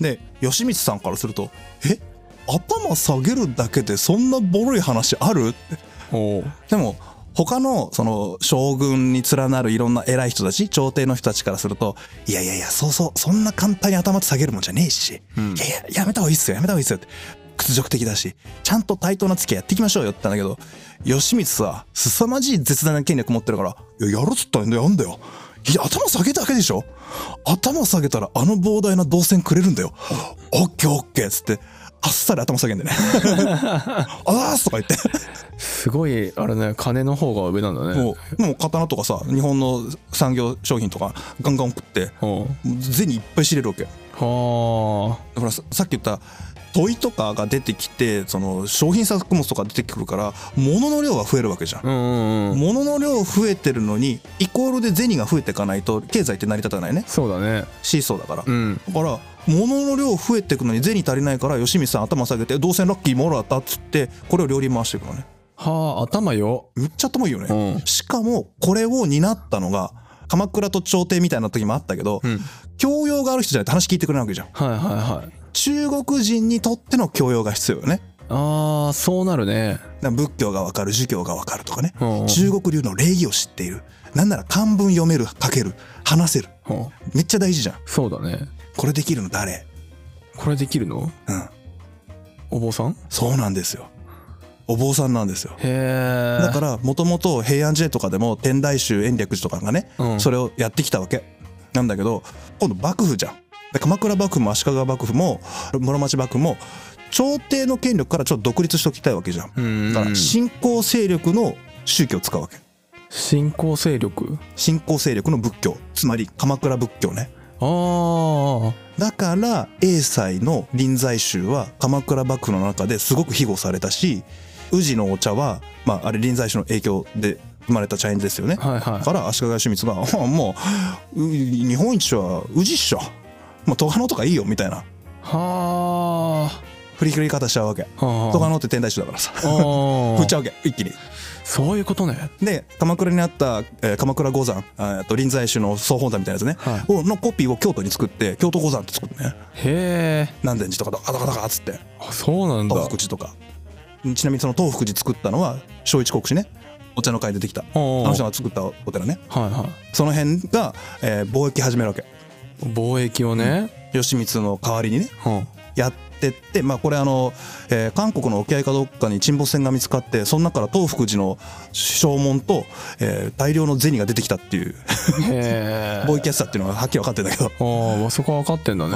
で吉光さんからすると「え頭下げるだけでそんなボロい話ある?」って
うほう
でも他のその将軍に連なるいろんな偉い人たち朝廷の人たちからすると「いやいやいやそうそうそんな簡単に頭下げるもんじゃねえし、
うん
いやいややめた方がいいっすよやめた方がいいっすよ」って屈辱的だしちゃんと対等な付き合いやっていきましょうよって言ったんだけど吉光さ凄まじい絶大な権力持ってるから「いややるっつったらやんだよ」いや頭下げただけでしょ頭下げたらあの膨大な動線くれる んだよ。オッケーオッケーっつってあっさり頭下げん だよね。あーっすとか言って。
すごいあれね金の方が上なんだね
もうもう刀とかさ日本の産業商品とかガンガン送って
ほ
銭いっぱい知れるわけだ
うは
からささっき言った問いとかが出てきてその商品作物とか出てくるから物の量が増えるわけじゃん
あうんうんうん
物の量増えてるのにイコールで銭が増えていかないと経済って成り立たないね
そうだね
シーソーだから、
うん
だから物の量増えていくのに銭足りないから吉見さん頭下げて「銅線ラッキーもらった」っつってこれを両輪回していくのね
はあ頭よ
めっちゃ頭いいよね、
うん
しかもこれを担ったのが鎌倉と朝廷みたいな時もあったけど、
うん
教養がある人じゃないと話聞いてくれないわけじゃん
はいはいはい
中国人にとっての教養が必要よね
ああそうなるね
だから仏教がわかる儒教がわかるとかね、
うんうん
中国流の礼儀を知っているなんなら漢文読める書ける話せる
ほ
めっちゃ大事じゃん
うそうだね
これできるの誰
これできるの
うん
お坊さん
そうなんですよお坊さんなんですよ
へえ
だからもともと平安時代とかでも天台宗延暦寺とかがね、
うん
それをやってきたわけなんだけど今度幕府じゃんで鎌倉幕府も足利幕府も室町幕府も朝廷の権力からちょっと独立しておきたいわけじゃん
うんうん
だから信仰勢力の宗教を使うわけ
信仰勢力
信仰勢力の仏教つまり鎌倉仏教ね
ああ
だから英才の臨済宗は鎌倉幕府の中ですごく庇護されたし宇治のお茶は、まあ、あれ臨済宗の影響で生まれた茶園ですよね、
はいはい
から足利義満があ「 もうう日本一は宇治っしょもう戸賀野とかいいよ」みたいな
は
振り切り方しちゃうわけ
あはあ
戸賀野って天台宗だからさ
あ
振っち
あ
ゃうわけ一気に
そういうことね
で鎌倉にあった、えー鎌倉五山あーあと臨済宗の総本山みたいなやつね、
はい
をのコピーを京都に作って京都五山って作るね
へえ
南禅寺とかとあだかだかっつって
あそうなんだ
東福寺とかちなみにその東福寺作ったのは正一国師ねお茶の会出てきた。あ
おー
の人が作ったお寺ね。
はいは
その辺が、えー貿易始めるわけ。
い貿易をね、
義満の代わりにね、
うん
やってって、まあこれあの、えー韓国の沖合かどっかに沈没船が見つかって、その中から東福寺の証文と、えー大量の銭が出てきたっていう、
へえ
貿易やってたっていうのがはっきり分かってんだけど。
ああまあそこは分かってんだね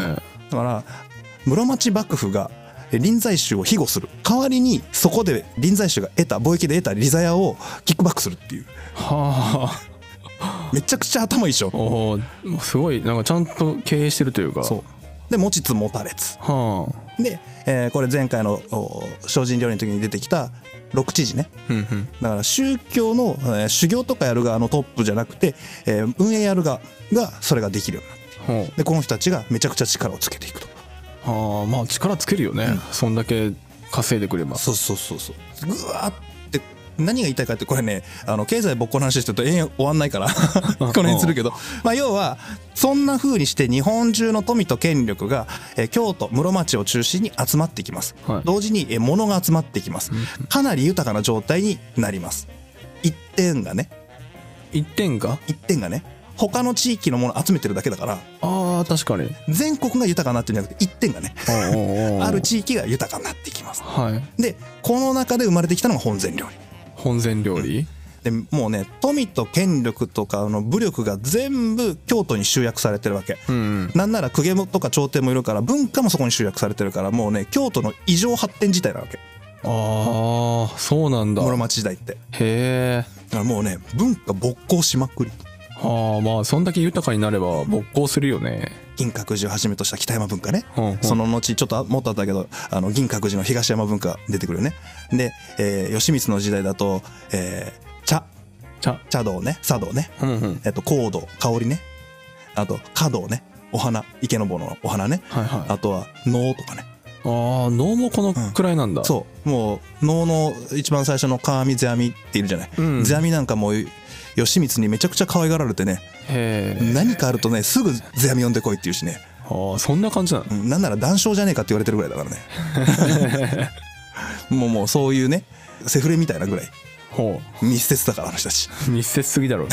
だから室町幕府がえー臨済宗を庇護する代わりにそこで臨済宗が得た貿易で得た利ザヤをキックバックするっていう
はあ
めちゃくちゃ頭いいでしょ
おおすごいなんかちゃんと経営してるというか
そううで持ちつ持たれつ
はあ
で、えーこれ前回のお精進料理の時に出てきた六知事ね
うんうん
だから宗教の、えー修行とかやる側のトップじゃなくて、えー運営やる側がそれができるようになる
ほう
でこの人たちがめちゃくちゃ力をつけていくと
ああまあ力つけるよね、そんだけ稼いでくれば
そうそうそうそうぐわーって何が言いたいかってこれねあの経済ぼっこの話してると永遠終わんな いからこの辺にするけど、まあ、要はそんな風にして日本中の富と権力が、えー京都室町を中心に集まってきます、
はい
同時に、えー物が集まってきますかなり豊かな状態になります一点がね
一点が
一点がね他の地域のもの集めてるだけだから
ああ確かに
全国が豊かになってるんじゃなくて一点がね
おうおうおう
ある地域が豊かになっていきます
はい
でこの中で生まれてきたのが本膳料理
本膳料理、
でもうね富と権力とかあの武力が全部京都に集約されてるわけ、
うんうん、
なんなら公家もとか朝廷もいるから文化もそこに集約されてるからもうね京都の異常発展自体なわけ
ああそうなんだ
室
へ
町時代ってだ
え
からもうね文化勃興しまくり
ああまあそんだけ豊かになれば勃興するよね
銀閣寺をはじめとした北山文化ね、
うんうん
その後ちょっとあもっとあったけどあの銀閣寺の東山文化出てくるよねで、えー義満の時代だと、えー茶
じゃ
茶道ね茶道ね
うんうん
えっと香道香りねあと華道ねお花池坊のお花ね
はいはいあ
あとは能とかね。
あ能もこのくらいなんだ、
そう。もう能の一番最初のカ阿弥世阿弥っているじゃない。
うん
世阿弥なんかもう義満にめちゃくちゃ可愛がられてね、
へえ
何かあるとね、すぐ世阿弥呼んでこいって言うしね、
ああそんな感じなの
うんなんなら談笑じゃねえかって言われてるぐらいだからね。 もうもうそういうね、セフレみたいなぐらい
ほ
密接だからあの人たち。
う密 接すぎだろう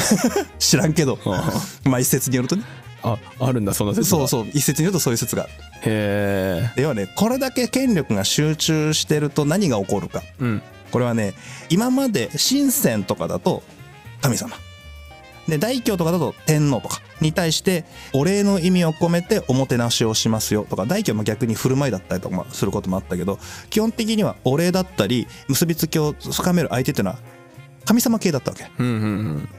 知らんけど
あ、
まあ一説によるとね、
ああるんだそんな説
そう
う
そう、一説によるとそういう説がある。
へ
で要はね、これだけ権力が集中してると何が起こるか。
えうん
これはね今まで神仙とかだと神様で大教とかだと天皇とかに対してお礼の意味を込めておもてなしをしますよとか大教も逆に振る舞いだったりとかもすることもあったけど基本的にはお礼だったり結びつきを深める相手っていうのは神様系だったわけ
うんうんうん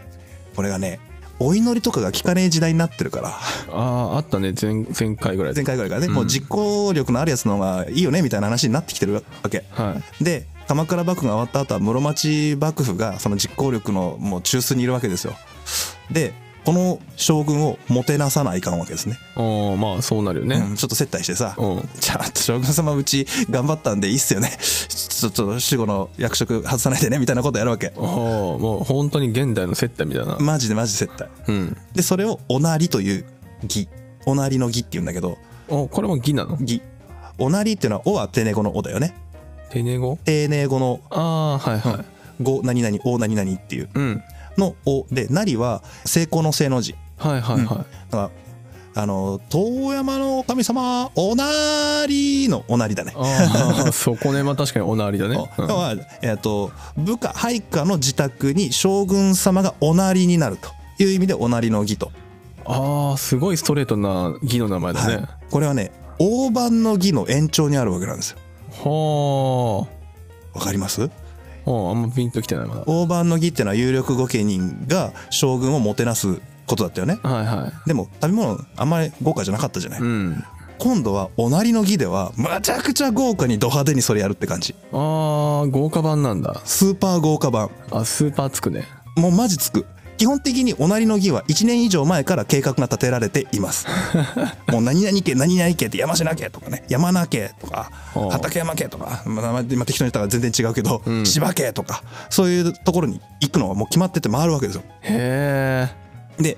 これがねお祈りとかが聞かねえ時代になってるから
あああったね前前回ぐらいで
前回ぐらいからね、もう実行力のあるやつの方がいいよねみたいな話になってきてるわけ
はい
で鎌倉幕府が終わった後は室町幕府がその実行力のもう中枢にいるわけですよでこの将軍をもてなさないかんわけですね、
ああまあそうなるよね、
うんちょっと接待してさ、
うん
じゃあ将軍様うち頑張ったんでいいっすよねちょっと死後の役職外さないでねみたいなことやるわけ
ああもう本当に現代の接待みたいな、
マジでマジで接待
うん
でそれをおなりという儀おなりの儀って言うんだけど
おこれも義なの
儀おなりっていうのは「お」は丁寧語の「お」だよね
丁寧語
丁寧語の
ああはいはい
「ご」何々「お」何々っていう
うん、
の「お」で「なり」は成功の正の字
はいはいはい、
だからあの遠山の神様おなりのおなりだね。
ああそこねまあ確かにおなりだね、う
要
ん
は、えっと部下配下の自宅に将軍様がおなりになるという意味でおなりの儀と、
ああすごいストレートな義の名前だ
は
ね
いこれはね大判の儀の延長にあるわけなんですよ。
は
わかります
あ、はあ、あんまピンときてないまだ
大判の儀ってのは有力御家人が将軍をもてなすことだったよね。
はいは
でも食べ物あんまり豪華じゃなかったじゃない、
いうん
今度はおなりの儀ではむちゃくちゃ豪華にド派手にそれやるって感じ
ああ豪華版なんだ
スーパー豪華版
あスーパーつくね
もうマジつく。基本的におなりの儀は1年以上前から計画が立てられて います。もう何々家、何々家って山科家とかね、山名家とか
ああ、
畠山家とか、まあ、まあ今適当に言ったから全然違うけど、芝家とか、そういうところに行くのはもう決まってて回るわけですよ。
へ
で、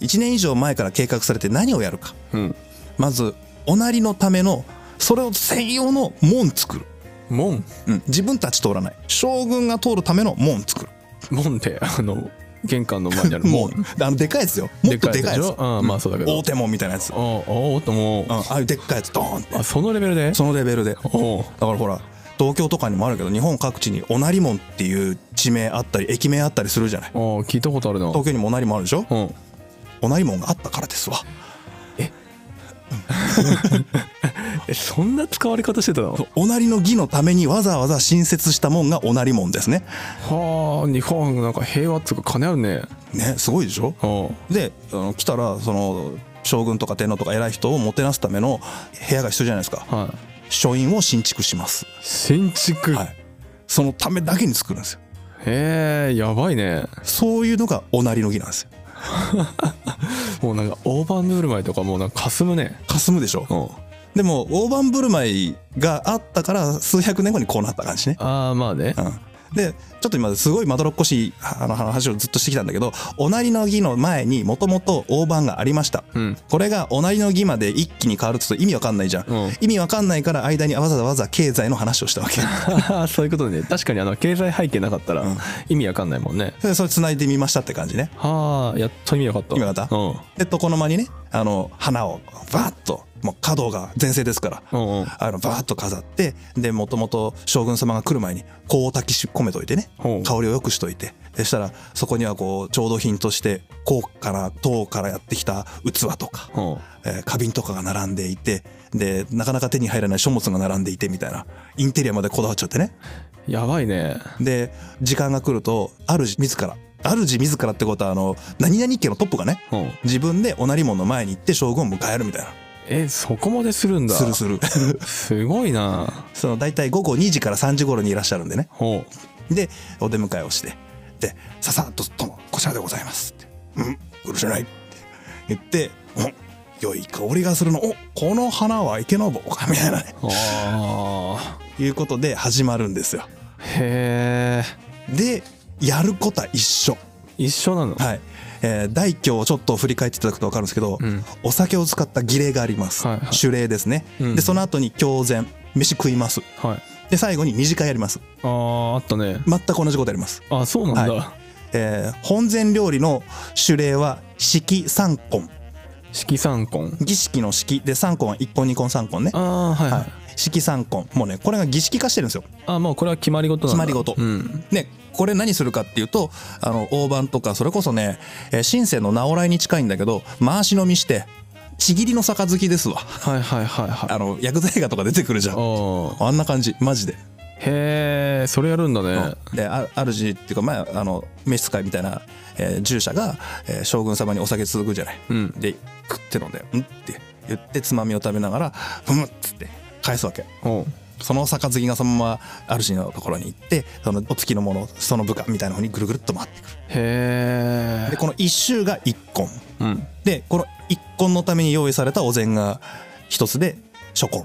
1年以上前から計画されて何をやるか。
えうん
まず、おなりのための、それを専用の門作る。
門
うん、自分たち通らない。将軍が通るための門作る。
門で、あの、玄関の前にある
もう
門。、
あの、でかいやつよ。もっとでかいや
で
つ
し。ょうん、まあそうだけど。
大手門みたいなやつ。うん、
おおおとも
ああいうでっかいやつ、ドーンって
あ。そのレベルで
そのレベルで。
おう
だからほら東京とかにもあるけど日本各地におなり門っていう地名あったり駅名あったりするじゃない
おう聞いたことあるな
東京にもおなり門あるでしょ
うん
おなり門があったからですわ
えそんな使われ方してたの
おなりの儀のためにわざわざ新設した門がおなり門ですね
はあ日本なんか平和っつうか金あるね
ねすごいでしょ
おう
であの来たらその将軍とか天皇とか偉い人をもてなすための部屋が必要じゃないですか
は
書院を新築します
い新築、
はいそのためだけに作るんですよ
へえやばいね
そういうのがおなりの儀なんですよ
もうなんか大盤振る舞いとかもうなんか霞むね
霞むでしょ
うん
でも大盤振る舞いがあったから数百年後にこうなった感じね。
ああまあね
うん、でちょっと今すごいまどろっこしいあの話をずっとしてきたんだけどおなりの儀の前にもともと大盤がありました。
うん
これがおなりの儀まで一気に変わると意味わかんないじゃん。
うん
意味わかんないから間にわざわざ経済の話をした わけ。
そういうことね確かにあの経済背景なかったら
うん
意味わかんないもんね、
でそれ繋いでみましたって感じね。
はあやっと意味わかった
意味わかった
うん
で床の間にねあの花をバーッともう角が全盛ですから。
うんうん
あのバーッと飾ってでもともと将軍様が来る前に香を焚き込めといてね
ほう
香りを良くしといてでしたらそこにはこう調度品として高から唐からやってきた器とか、
うん
えー花瓶とかが並んでいてでなかなか手に入らない書物が並んでいてみたいなインテリアまでこだわっちゃってね
やばいね
で時間が来ると主自ら主自らってことはあの何々家のトップがね
うん
自分でおなり門の前に行って将軍を迎えるみたい
えそこまでするん
な
だ
するする
すごいな
その大体午後2時から3時頃にいらっしゃるんでね
ほ
でお出迎えをしてでささっと「どうもこちらでございます」って「うんうるしゃない」って言って「お良い香りがするのおこの花は池の坊か」みたいなね
うあ
いうことで始まるんですよ
ーへえ
でやることは一緒
一緒なの
はい、えー大凶をちょっと振り返っていただくと分かるんですけど、
うん
お酒を使った儀礼があります、
はいはい
酒礼ですね、
うん
でその後に狂膳飯食います
はい
で最後に二次会やります
あーあったね
全く同じことやります
あそうなんだ、
はえー本膳料理の種類は式三根
色三根
儀式の式で三根は一根二根三根ね、
ああはいはい、
はい、式三根もうねこれが儀式化してるんですよ
あもうこれは決まり事なんだ
決まり事
うん
ねこれ何するかっていうとあの大判とかそれこそねえー神聖の直来に近いんだけど回し飲みしてちぎりの杯ですわ
はいはいはいは
あ
い
の薬剤映画とか出てくるじゃん
おー
あんな感じマジで
へえそれやるんだね
であ主っていうかまああの召使いみたいな、えー従者が、えー将軍様にお酒続くじゃない、
うん
で食って飲んで「ん?」って言ってつまみを食べながら「ふむ」っつって返すわけ
おう
その杯がそのまま主のところに行ってそのお月の者その部下みたいな方にぐるぐるっと回ってくる
へ
で
え
この一周が一根
うん
でこの一根のために用意されたお膳が一つで初根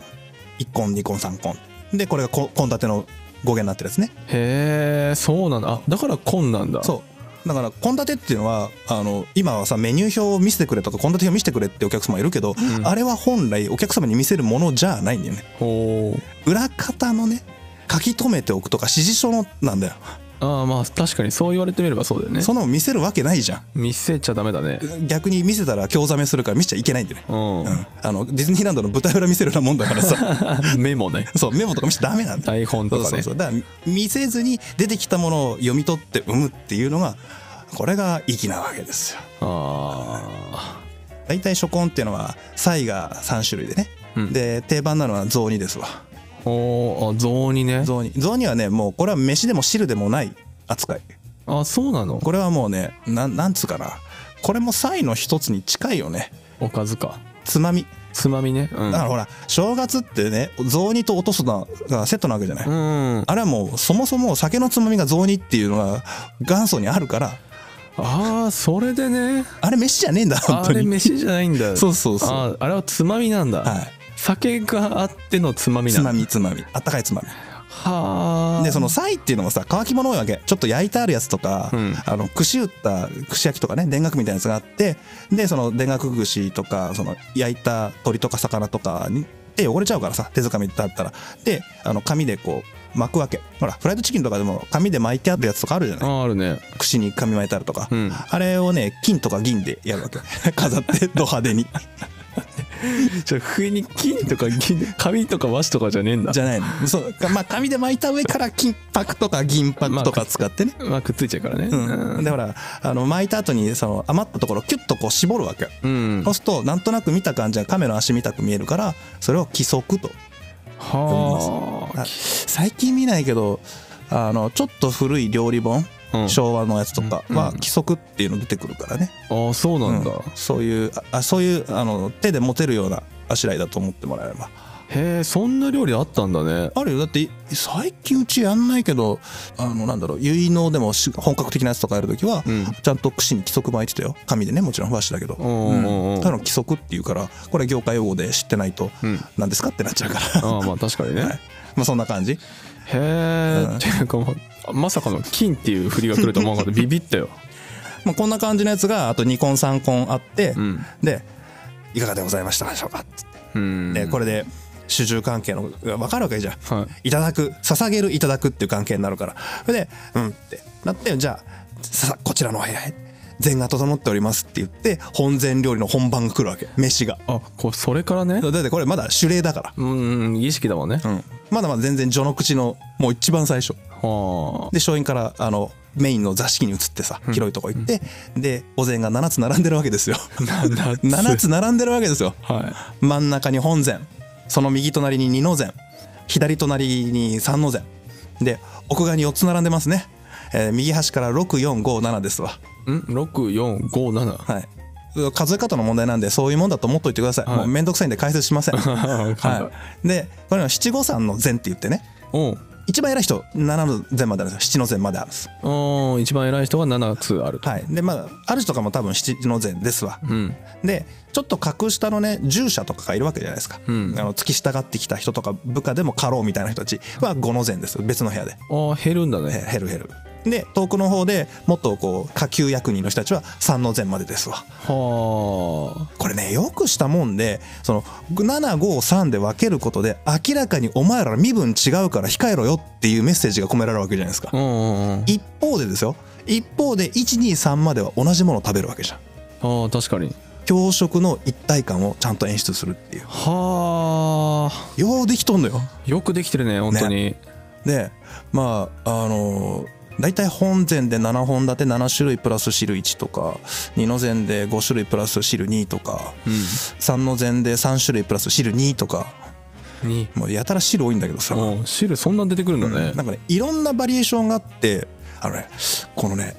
一根二根三根でこれがこ献立の語源になってるやつね
へえそうなんだあだから紺なんだ
そうだから献立っていうのはあの今はさメニュー表を見せてくれとか献立表見せてくれってお客様いるけど、
ん
あれは本来お客様に見せるものじゃないんだよね
おー
裏方のね書き留めておくとか指示書のなんだよ、
ああまあ確かにそう言われてみればそうだよね
そんなの見せるわけないじゃ
見せちゃダメだね
ん逆に見せたら興ざめするから見せちゃいけないんだよね、
うん
うん、あのディズニーランドの舞台裏見せるようなもんだから さ
メモね
そうメモとか見せちゃダメなんだ
台
よ
本とか
そう
ね
そうそうだから見せずに出てきたものを読み取って生むっていうのがこれが粋なわけですよ
あ
大体初根っていうのは歳が3種類でね、
うん
で定番なのは雑煮ですわ
あおーあ雑煮ね
雑煮雑煮はねもうこれは飯でも汁でもない扱い
あそうなの
これはもうねなんなんつうかなこれも歳の一つに近いよね
おかずか
つまみ
つまみねうん
だからほら正月ってね雑煮と落とすのがセットなわけじゃない、
うん
あれはもうそもそも酒のつまみが雑煮っていうのが元祖にあるから
ああそれでね
あれ飯じゃねえんだ本
あ
当
れ
に
飯じゃないんだ
そうそうそう
あーあれはつまみなんだ、
はい
酒があってのつまみな
つ
ん
ま
だ
みつまみあったかいつまみ
はあ
でその菜っていうのもさ乾き物多いわけちょっと焼いてあるやつとか、
うん
あの串打った串焼きとかね田楽みたいなやつがあってでその田楽串とかその焼いた鶏とか魚とかに手汚れちゃうからさ手づかみだったらであの紙でこう巻くわけほらフライドチキンとかでも紙で巻いてあるやつとかあるじゃない
ああるね
串に紙巻いてあるとか、
うん
あれをね金とか銀でやるわけ 飾ってド派手に
じゃあ不意に金 とか銀紙とか和紙とかじゃねえんだ
じゃないのそうまあ紙で巻いた上から金箔とか銀箔とか使ってね、
まあくっついちゃうからね
うん、でほらあの巻いた後にその余ったところをキュッとこう絞るわけよ
うん
そうするとなんとなく見た感じは亀の足みたく見えるからそれを規則と
は
あ最近見ないけどあのちょっと古い料理本、
あ、うん
昭和のやつとか
う
は
ん
規則っていうの出てくるからね、
ああそうなんだ、
うんそういうあそういうあの手で持てるようなあしらいだと思ってもらえれば
へえそんな料理あったんだね
あるよだって最近うちやんないけどあのなんだろう結納でもし本格的なやつとかやるときは、
うん
ちゃんと串に規則巻いてたよ紙でねもちろん和紙だけど、
おうおうおう
うんただの規則っていうからこれ業界用語で知ってないと
うん
何ですかってなっちゃうから
ああまあ確かに ね、
はいまあそんな感じ
へえ、っていうかままさかの金っていう振りが来ると思わなか ったビビったよ
まあ、こんな感じのやつがあと2コン3コンあって、
うん
でいかがでございましたでしょうか、
うん
でこれで主従関係の分かるわけじゃん、、
はい
ただく捧げるいただくっていう関係になるからそれでうんってなってじゃあさこちらのお部屋へ膳が整っておりますって言って本膳料理の本番が来るわけ飯が
あこそれからね
だってこれまだ主礼だか
うんうん儀式だもんね、
ら、うん、まだまだ全然序の口のもう一番最初
は
で松陰からあのメインの座敷に移ってさ広いとこ行って、でお膳が7つ並んでるわけですよ
7つ
7つ並んでるわけですよ
あはい
真ん中に本膳その右隣に二の膳左隣に三の膳で奥側に4つ並んでますね、えー右端から6457ですわ
ん6457
はい数え方の問題なんでそういうもんだと思っといてください、
はい
もうめんどくさいんで解説しません、
は
はい、でこれは七五三の膳って言ってね
いおう
一番偉い人七の膳まであるんですよ七の膳まであるんです
おう一番偉い人が7つあると、
はいでまあある人とかも多分七の膳ですわ、
うん
でちょっと格下のね従者とかがいるわけじゃないですか、
うん
あの付き従ってきた人とか部下でも過労みたいな人たちは五の膳ですよ別の部屋で
ああ減るんだね
へ減る減るで遠くの方でもっとこう下級役人の人たちは三の膳までですわ
は
これねよくしたもんでその753で分けることで明らかにお前ら身分違うから控えろよっていうメッセージが込められるわけじゃないですか
あうんうんうん
一方でですよ一方で123までは同じものを食べるわけじゃん
ああ確かに
教食の一体感をちゃんと演出するっていう
はあ
ようできとんのよ
よくできてるね本当に、
でまああの大体本膳で7本立て7種類プラス汁1とか2の膳で5種類プラス汁2とか3の膳で3種類プラス汁2とか
うんに
もうやたら汁多いんだけどさ、
うん汁そんなん出てくるんだね、
なんかねいろんなバリエーションがあってあのねこのね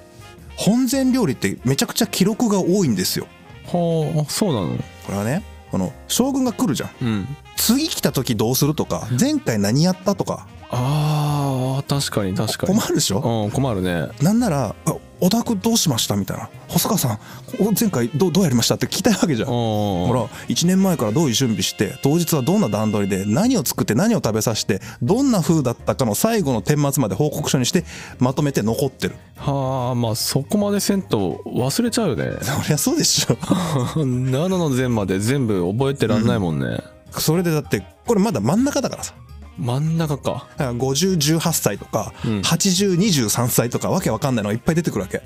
本膳料理ってめちゃくちゃ記録が多いんですよ
はあそうなの
これはねこの将軍が来るじゃん
うん
次来た時どうするとか前回何やったとか
ああ確かに確かに
困るでしょ
うん困るね
なんならあ「小田君どうしました?」みたいな「細川さんお前回どうどうやりました?」って聞きたいわけじゃん。ほ
ほ
ら1年前からどういう準備して当日はどんな段取りで何を作って何を食べさせてどんな風だったかの最後の顛末まで報告書にしてまとめて残ってる
はあまあそこまでせんと忘れちゃうよね
そりゃそうでしょ
7の前まで全部覚えてらんないもんね、
それでだってこれまだ真ん中だからさ
真ん中 か
だから5018歳とか、
うん
8023歳とかわけわかんないのがいっぱい出てくるわけ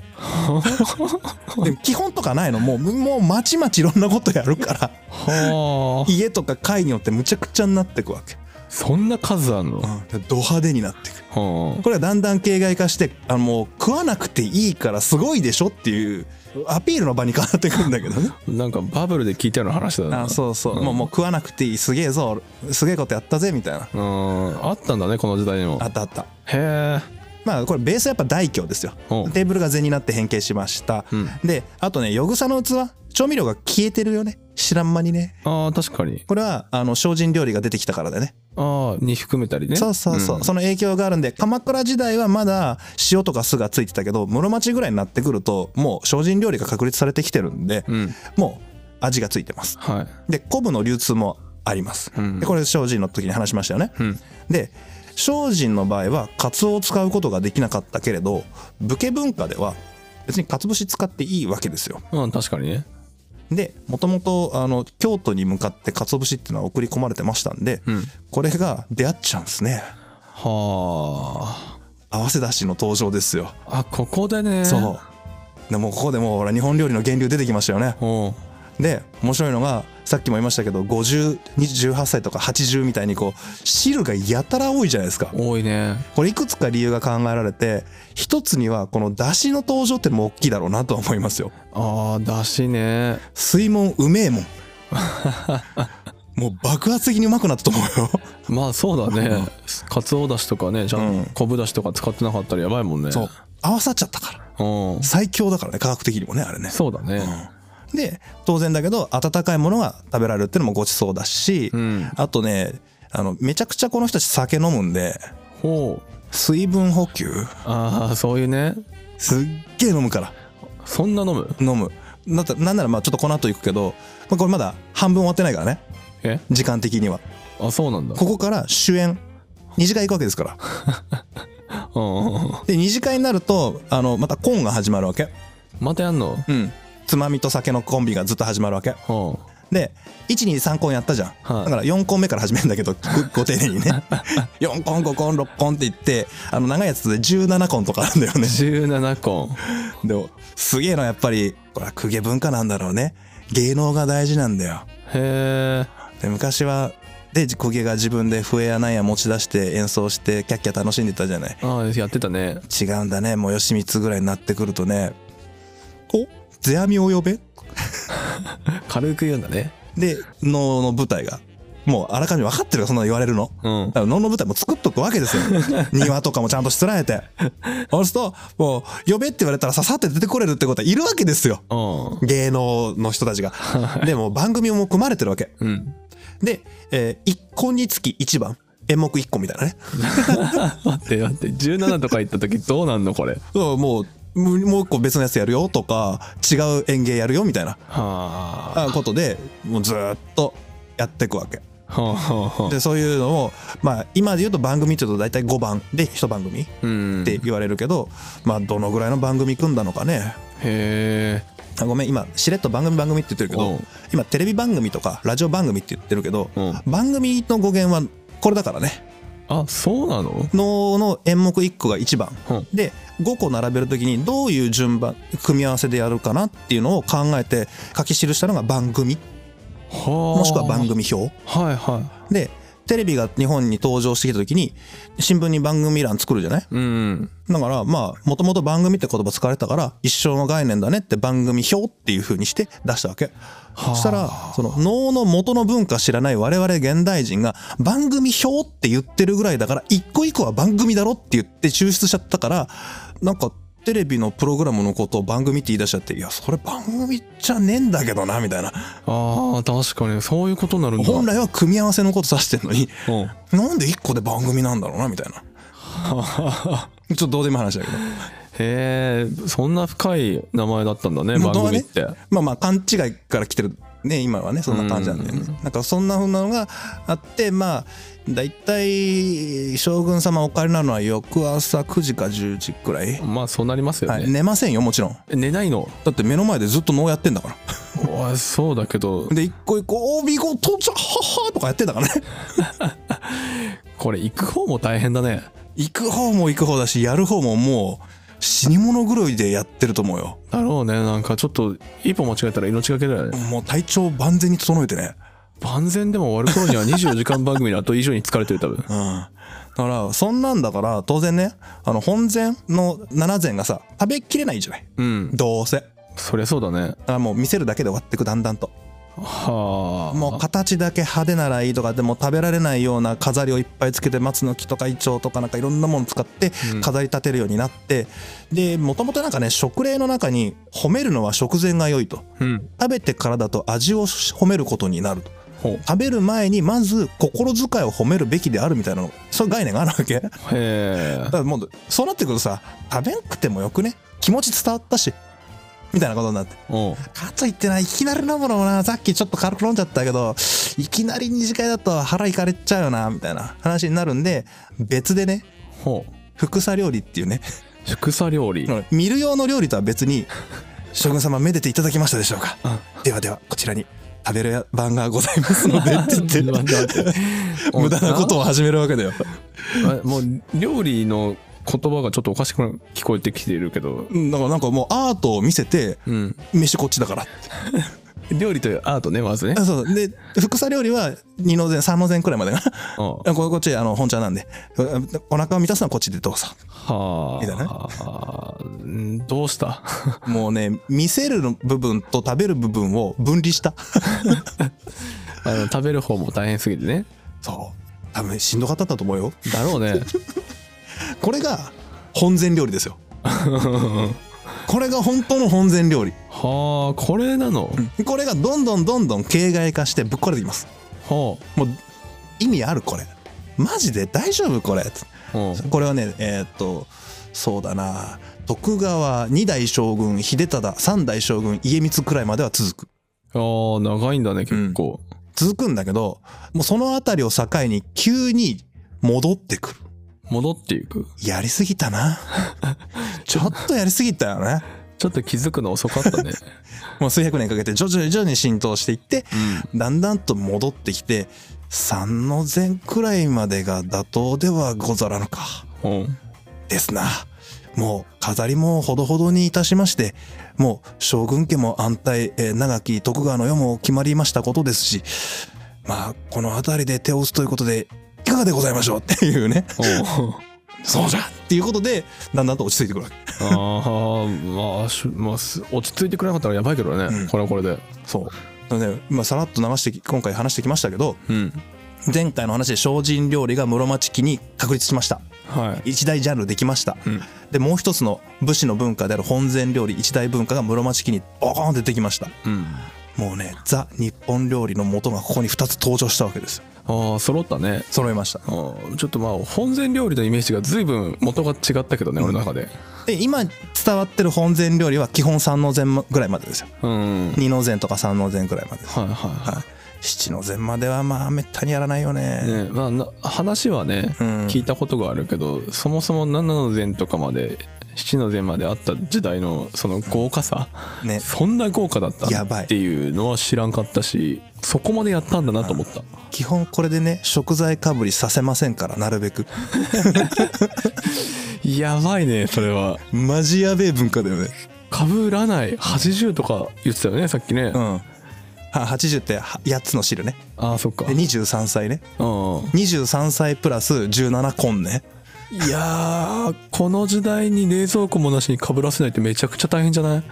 でも基本とかないのもうもうまちまちいろんなことやるから
はあ
家とか階によってむちゃくちゃになってくわけ、
そんな数あんの、は
うん、ド派手になってく
あ
これはだんだん形骸化してあのもう食わなくていいからすごいでしょっていうアピールの場に変わってくるんだけどね
なんかバブルで聞いたような話だな
あそうそう、
うん
もうもう食わなくていいすげえぞすげえことやったぜみたいな
うんあったんだねこの時代にも
あったあった
へえ
まあこれベースはやっぱ大凶ですよ
うん
テーブルが禅になって変形しました、
うん
であとねよぐさの器調味料が消えてるよね知らん間にね
ああ確かに
これはあの精進料理が出てきたからだよね
ああに含めたりね
そうそうそう、
ん
その影響があるんで鎌倉時代はまだ塩とか酢がついてたけど室町ぐらいになってくるともう精進料理が確立されてきてるんで、
うん
もう味がついてます
はい
で昆布の流通もあります、
うん
でこれ精進の時に話しましたよね、
うん
で精進の場合はカツオを使うことができなかったけれど武家文化では別にかつ節使っていいわけですよ
うん確かにね
でもともと京都に向かってかつお節っていうのは送り込まれてましたんで、
うん
これが出会っちゃうんですね
は
合わせだしの登場ですよ。
ああここでね
そう。でもうここでもうほら日本料理の源流出てきましたよね。
おう
で面白いのがさっきも言いましたけど5018歳とか80みたいにこう汁がやたら多いじゃないですか。
多いね
これいくつか理由が考えられて一つにはこの出汁の登場ってのも大きいだろうなとは思いますよ。
ああだしね
水門うめえもん。もう爆発的にうまくなったと思うよ。
まあそうだねかつおだしとかねじゃあ、
うん
昆布だしとか使ってなかったらやばいもんね
そう。合わさっちゃったから。
うん
最強だからね、科学的にもね、あれね。
そうだね
で、当然だけど、温かいものが食べられるってのもごちそうだし、
うん
あとね、あの、めちゃくちゃこの人たち酒飲むんで、
ほう
水分補給、
ああそういうね
すっげえ飲むから、
そんな飲む
飲む。なんだなんならまあちょっとこの後行くけど、まあ、これまだ半分終わってないからね、
え
時間的には。
あそうなんだ
ここから主演、二次会行くわけですから。
うんうんうん
で、二次会になると、あの、またコーンが始まるわけ。
またやんの
うん。つまみと酒のコンビがずっと始まるわけ。
うん
で123コンやったじゃん、
はい
だから4コン目から始めるんだ けどごご丁寧にね4コン5コン6コンって言ってあの長いやつで17コンとかあるんだ よね
17個
でもすげえのはやっぱりこれは公家文化なんだろうね芸能が大事なんだよ
へえ
で昔はで公家が自分で笛やなんや持ち出して演奏してキャッキャ楽しんでたじゃない
ああやってたね
違うんだねもう吉光ぐらいになってくるとねお世阿弥を呼べ
軽く言うんだね
で能の舞台がもうあらかじめ分かってるよそんなの言われるの
うん
だから能の舞台も作っとくわけですよ庭とかもちゃんとしつらえてそうするともう呼べって言われたらささって出てこれるってことはいるわけですよ
うん
芸能の人たちがでも番組も組まれてるわけ
うん
で、え1個につき1番演目1個みたいなね
待って待って17とか言った時どうなんのこれ
そうもうもうもう一個別のやつやるよとか違う演芸やるよみたいな
は
あことでもうずーっとやっていくわけ
あはあはあ
でそういうのをまあ今で言うと番組って言うと大体5番で1番組
うん
って言われるけど、まあどのぐらいの番組組んだのかね
へえ
あごめん今しれっと番組番組って言ってるけ
う
ど
ん
今テレビ番組とかラジオ番組って言ってるけど、
うん
番組の語源はこれだからね
あそうなの
能の演目1個が1番、
うん
で5個並べる時にどういう順番組み合わせでやるかなっていうのを考えて書き記したのが番組
はあ
もしくは番組表
はいは
でテレビが日本に登場してきた時に新聞に番組欄作るじゃない
いうん
だからまあもともと番組って言葉使われたから一生の概念だねって番組表っていう風にして出したわけ。そしたらその能の元の文化知らない我々現代人が番組表って言ってるぐらいだから一個一個は番組だろって言って抽出しちゃったからなんかテレビのプログラムのことを番組って言い出しちゃっていやそれ番組じゃねえんだけどなみたいな
ああ確かにそういうことになるんだ
本来は組み合わせのこと指してんのに
うん
なんで一個で番組なんだろうなみたいなちょっとどうでもいい話だけど。
へえそんな深い名前だったんだね番
元は
組
ね
って
まあまあ勘違いから来てるね今はねそんな感じなんだよねなんかそんなふうなのがあってまあ大体将軍様お帰りになるのは翌朝9時か10時くらい、
まあそうなりますよね、
はい、寝ませんよもちろん
寝ないの
だって目の前でずっと能やってんだから
おいそうだけど
で一個一個「お見事じゃはは」とかやってんだからね
これ行く方も大変だね
行く方も行く方だしやる方ももう死に物狂いでやってると思うよ
だろうねなんかちょっと一歩間違えたら命がけだよね
もう体調万全に整えてね
万全でも終わる頃には24時間番組の後以上に疲れてる多分
うんだからそんなんだから当然ねあの本膳の7膳がさ食べきれないじゃない
うん
どうせだ
そりゃそうだね
からもう見せるだけで終わってくだんだんと
はあ
もう形だけ派手ならいいとかでも食べられないような飾りをいっぱいつけて松の木とかイチョウとかなんかいろんなもの使って
うん
飾り立てるようになってでもともとなんかね食例の中に褒めるのは食前が良いと
うん
食べてからだと味を褒めることになると
ほう
食べる前にまず心遣いを褒めるべきであるみたいなのそういう概念があるわけ
へ
だからもうそうなってくるとさ食べんくてもよくね気持ち伝わったしみたいなことになって
えうん
かといってないきなり飲むのもなさっきちょっと軽く飲んじゃったけどいきなり二次会だと腹いかれちゃうよなみたいな話になるんで別でね
ほう
副作料理っていうね
宿舎料理
見る用の料理とは別に「将軍様めでていただきましたでしょうか
あ
ではではこちらに食べる番がございますのでって言って
待って待って
無駄なことを始めるわけだよ
あもう料理の言葉がちょっとおかしくな聞こえてきているけど、
うんだからなんかもうアートを見せて
うん、
飯こっちだから
料理というアートねまずね
あそうで副作料理は2の前3の前くらいまでかな
あ
あここっちあの本茶なんでお腹を満たすのはこっちでどうぞ
はあ
みたいなね
うんどうした
もうね見せるの部分と食べる部分を分離した
あの食べる方も大変すぎてね
そう多分しんどかったんだと思うよ
だろう ね
これが本膳料理 ですよこれが本当の本膳料理
はあこれなの、
これがどんどんどんどん形骸化してぶっ壊れていきます
は
もう意味あるこれマジで大丈夫これ
あ、うん、
これはねえーっとそうだな徳川二代将軍秀忠三代将軍家光くらいまでは続く
あー長いんだね結構、
続くんだけどもうその辺りを境に急に戻ってくる
戻っていく
やりすぎたなちょっとやりすぎたよね
ちょっと気づくの遅か ったね、
もう数百年かけて徐々に徐々に浸透していって
うん、
だんだんと戻ってきて3の前くらいまでが妥当ではござらぬか
うん、
ですな。もう飾りもほどほどにいたしまして、もう将軍家も安泰、えー長き徳川の世も決まりましたことですし、まあ、この辺りで手を打つということで、いかがでございましょうっていうね。
おう
そうじゃっていうことで、だんだんと落ち着いてくるわけ。
あーまあしまあす落ち着いてくれなかったらやばいけどね、
うん
これはこれで
そう。だからね、今さらっと流してき、今回話してきましたけど、
うん
前回の話で精進料理が室町期に確立しました。
はい
一大ジャンルできました。
うん
で、もう一つの武士の文化である本膳料理一大文化が室町期にボコーンってできました。
うん
もうね、ザ・日本料理の元がここに2つ登場したわけですよ。
ああ揃ったね
揃えました。
あーちょっとまあ本膳料理のイメージが随分元が違ったけどね、俺の中で
で、今伝わってる本膳料理は基本3の膳ぐらいまでですよ。
うんはい
2の膳とか3の膳ぐらいまでです。
はいは
はい。7の膳まではまあめったにやらないよ
い
ね。
ねまあな話はね、
うん
聞いたことがあるけどそもそも7の膳とかまで7の膳まであった時代のその豪華さ、
ね。
そんな豪華だった
やばい
っていうのは知らんかったしそこまでやったんだなと思った
基本これでね、食材かぶりさせませんから、なるべく。
やばいねそれは
マジやべえ文化だよね。
かぶらない80とか言ってたよねさっきね、
うん。
あ
は80って8つの汁ね。
あそっか
で、23歳ね。
うん
23歳プラス17コンね。
いやーこの時代に冷蔵庫もなしにかぶらせないってめちゃくちゃ大変じゃない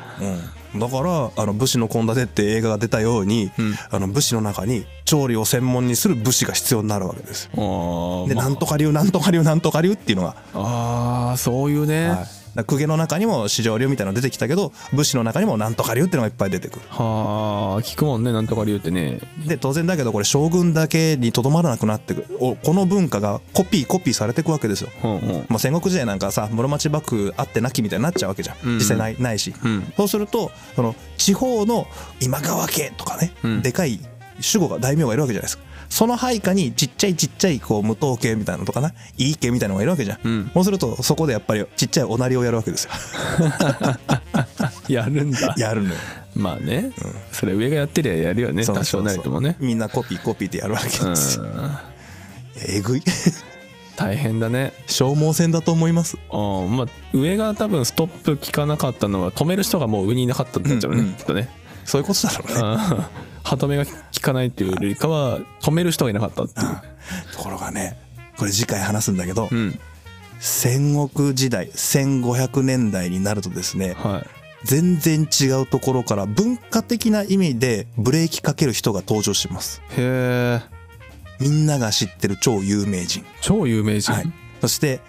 うん、だからあの武士の献立って映画が出たように、
うん
あの武士の中に調理を専門にする武士が必要になるわけですよ。
あー、
で、
ま
なんとか流なんとか流なんとか流っていうのが、
あーそういうね、
はいだから公家の中にも四条流みたいなの出てきたけど武士の中にもなんとか流っていうのがいっぱい出てくる。
はあ聞くもんねなんとか理由ってね
で当然だけどこれ将軍だけにとどまらなくなってくるおこの文化がコピーコピーされていくわけですよ。
うんうん
まあ、戦国時代なんかさ室町幕府あってなきみたいになっちゃうわけじゃん、
うんうん
実際ないないし、
うん
そうするとその地方の今川家とかね、
うん
でかい守護が大名がいるわけじゃないですかその配下にちっちゃいちっちゃいこう無党系みたいなのとかな井伊家みたいなのがいるわけじゃん、
うん
そうするとそこでやっぱりちっちゃいおなりをやるわけですよ
やるんだ
やるのよ
まあね、それ上がやってりゃやるよね
そうそう
多
そう
少なりともね
みんなコピーコピーってやるわけです
うん
よ えぐい
大変だね
消耗戦だと思います
うんまあ上が多分ストップ効かなかったのは止める人がもう上にいなかったんだっちゃうね、
うんうん
きっとね
そういうことだろうね
うん歯止めが効かないっていうよりかは止める人がいなかったってい
ところがねこれ次回話すんだけど、
ううん
戦国時代1500年代になるとですね
はい
全然違うところから文化的な意味でブレーキかける人が登場します
へえ
みんなが知ってる超有名人、
超有名人、
はい、そして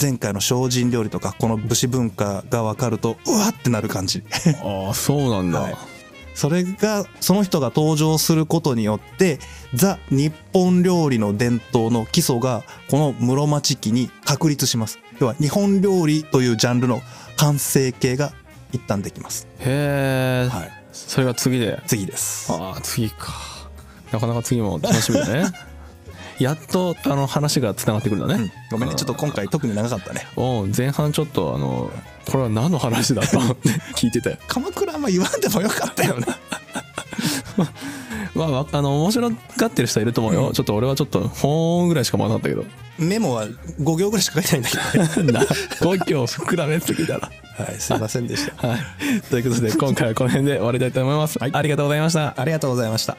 前回の精進料理とかこの武士文化が分かるとうわってなる感じ
ああそうなんだ、
はいそれがその人が登場することによってザ・日本料理の伝統の基礎がこの室町期に確立します要は日本料理というジャンルの完成形が一旦できます、
へえ、
はい、
それが次で
次です
ああ次かなかなか次も楽しみだね やっとあの話がつながってくるんだ
うん
ね、、
ごめんねちょっと今回特に長かったね
お前半ちょっとあのこれは何の話だと思って聞いてたよ
鎌倉あんま言わんでもよかったよね
まあわ、あの、面白がってる人いると思うよ。
うん
ちょっと俺はちょっと、ほーんぐらいしか回らなかったけど。
メモは5行ぐらいしか書いてないんだけどね、
な、故郷を膨らめすぎだな。
はい、すいませんでした。
はい。ということで、今回はこの辺で終わりたいと思います。ありがとうございました。
ありがとうございました。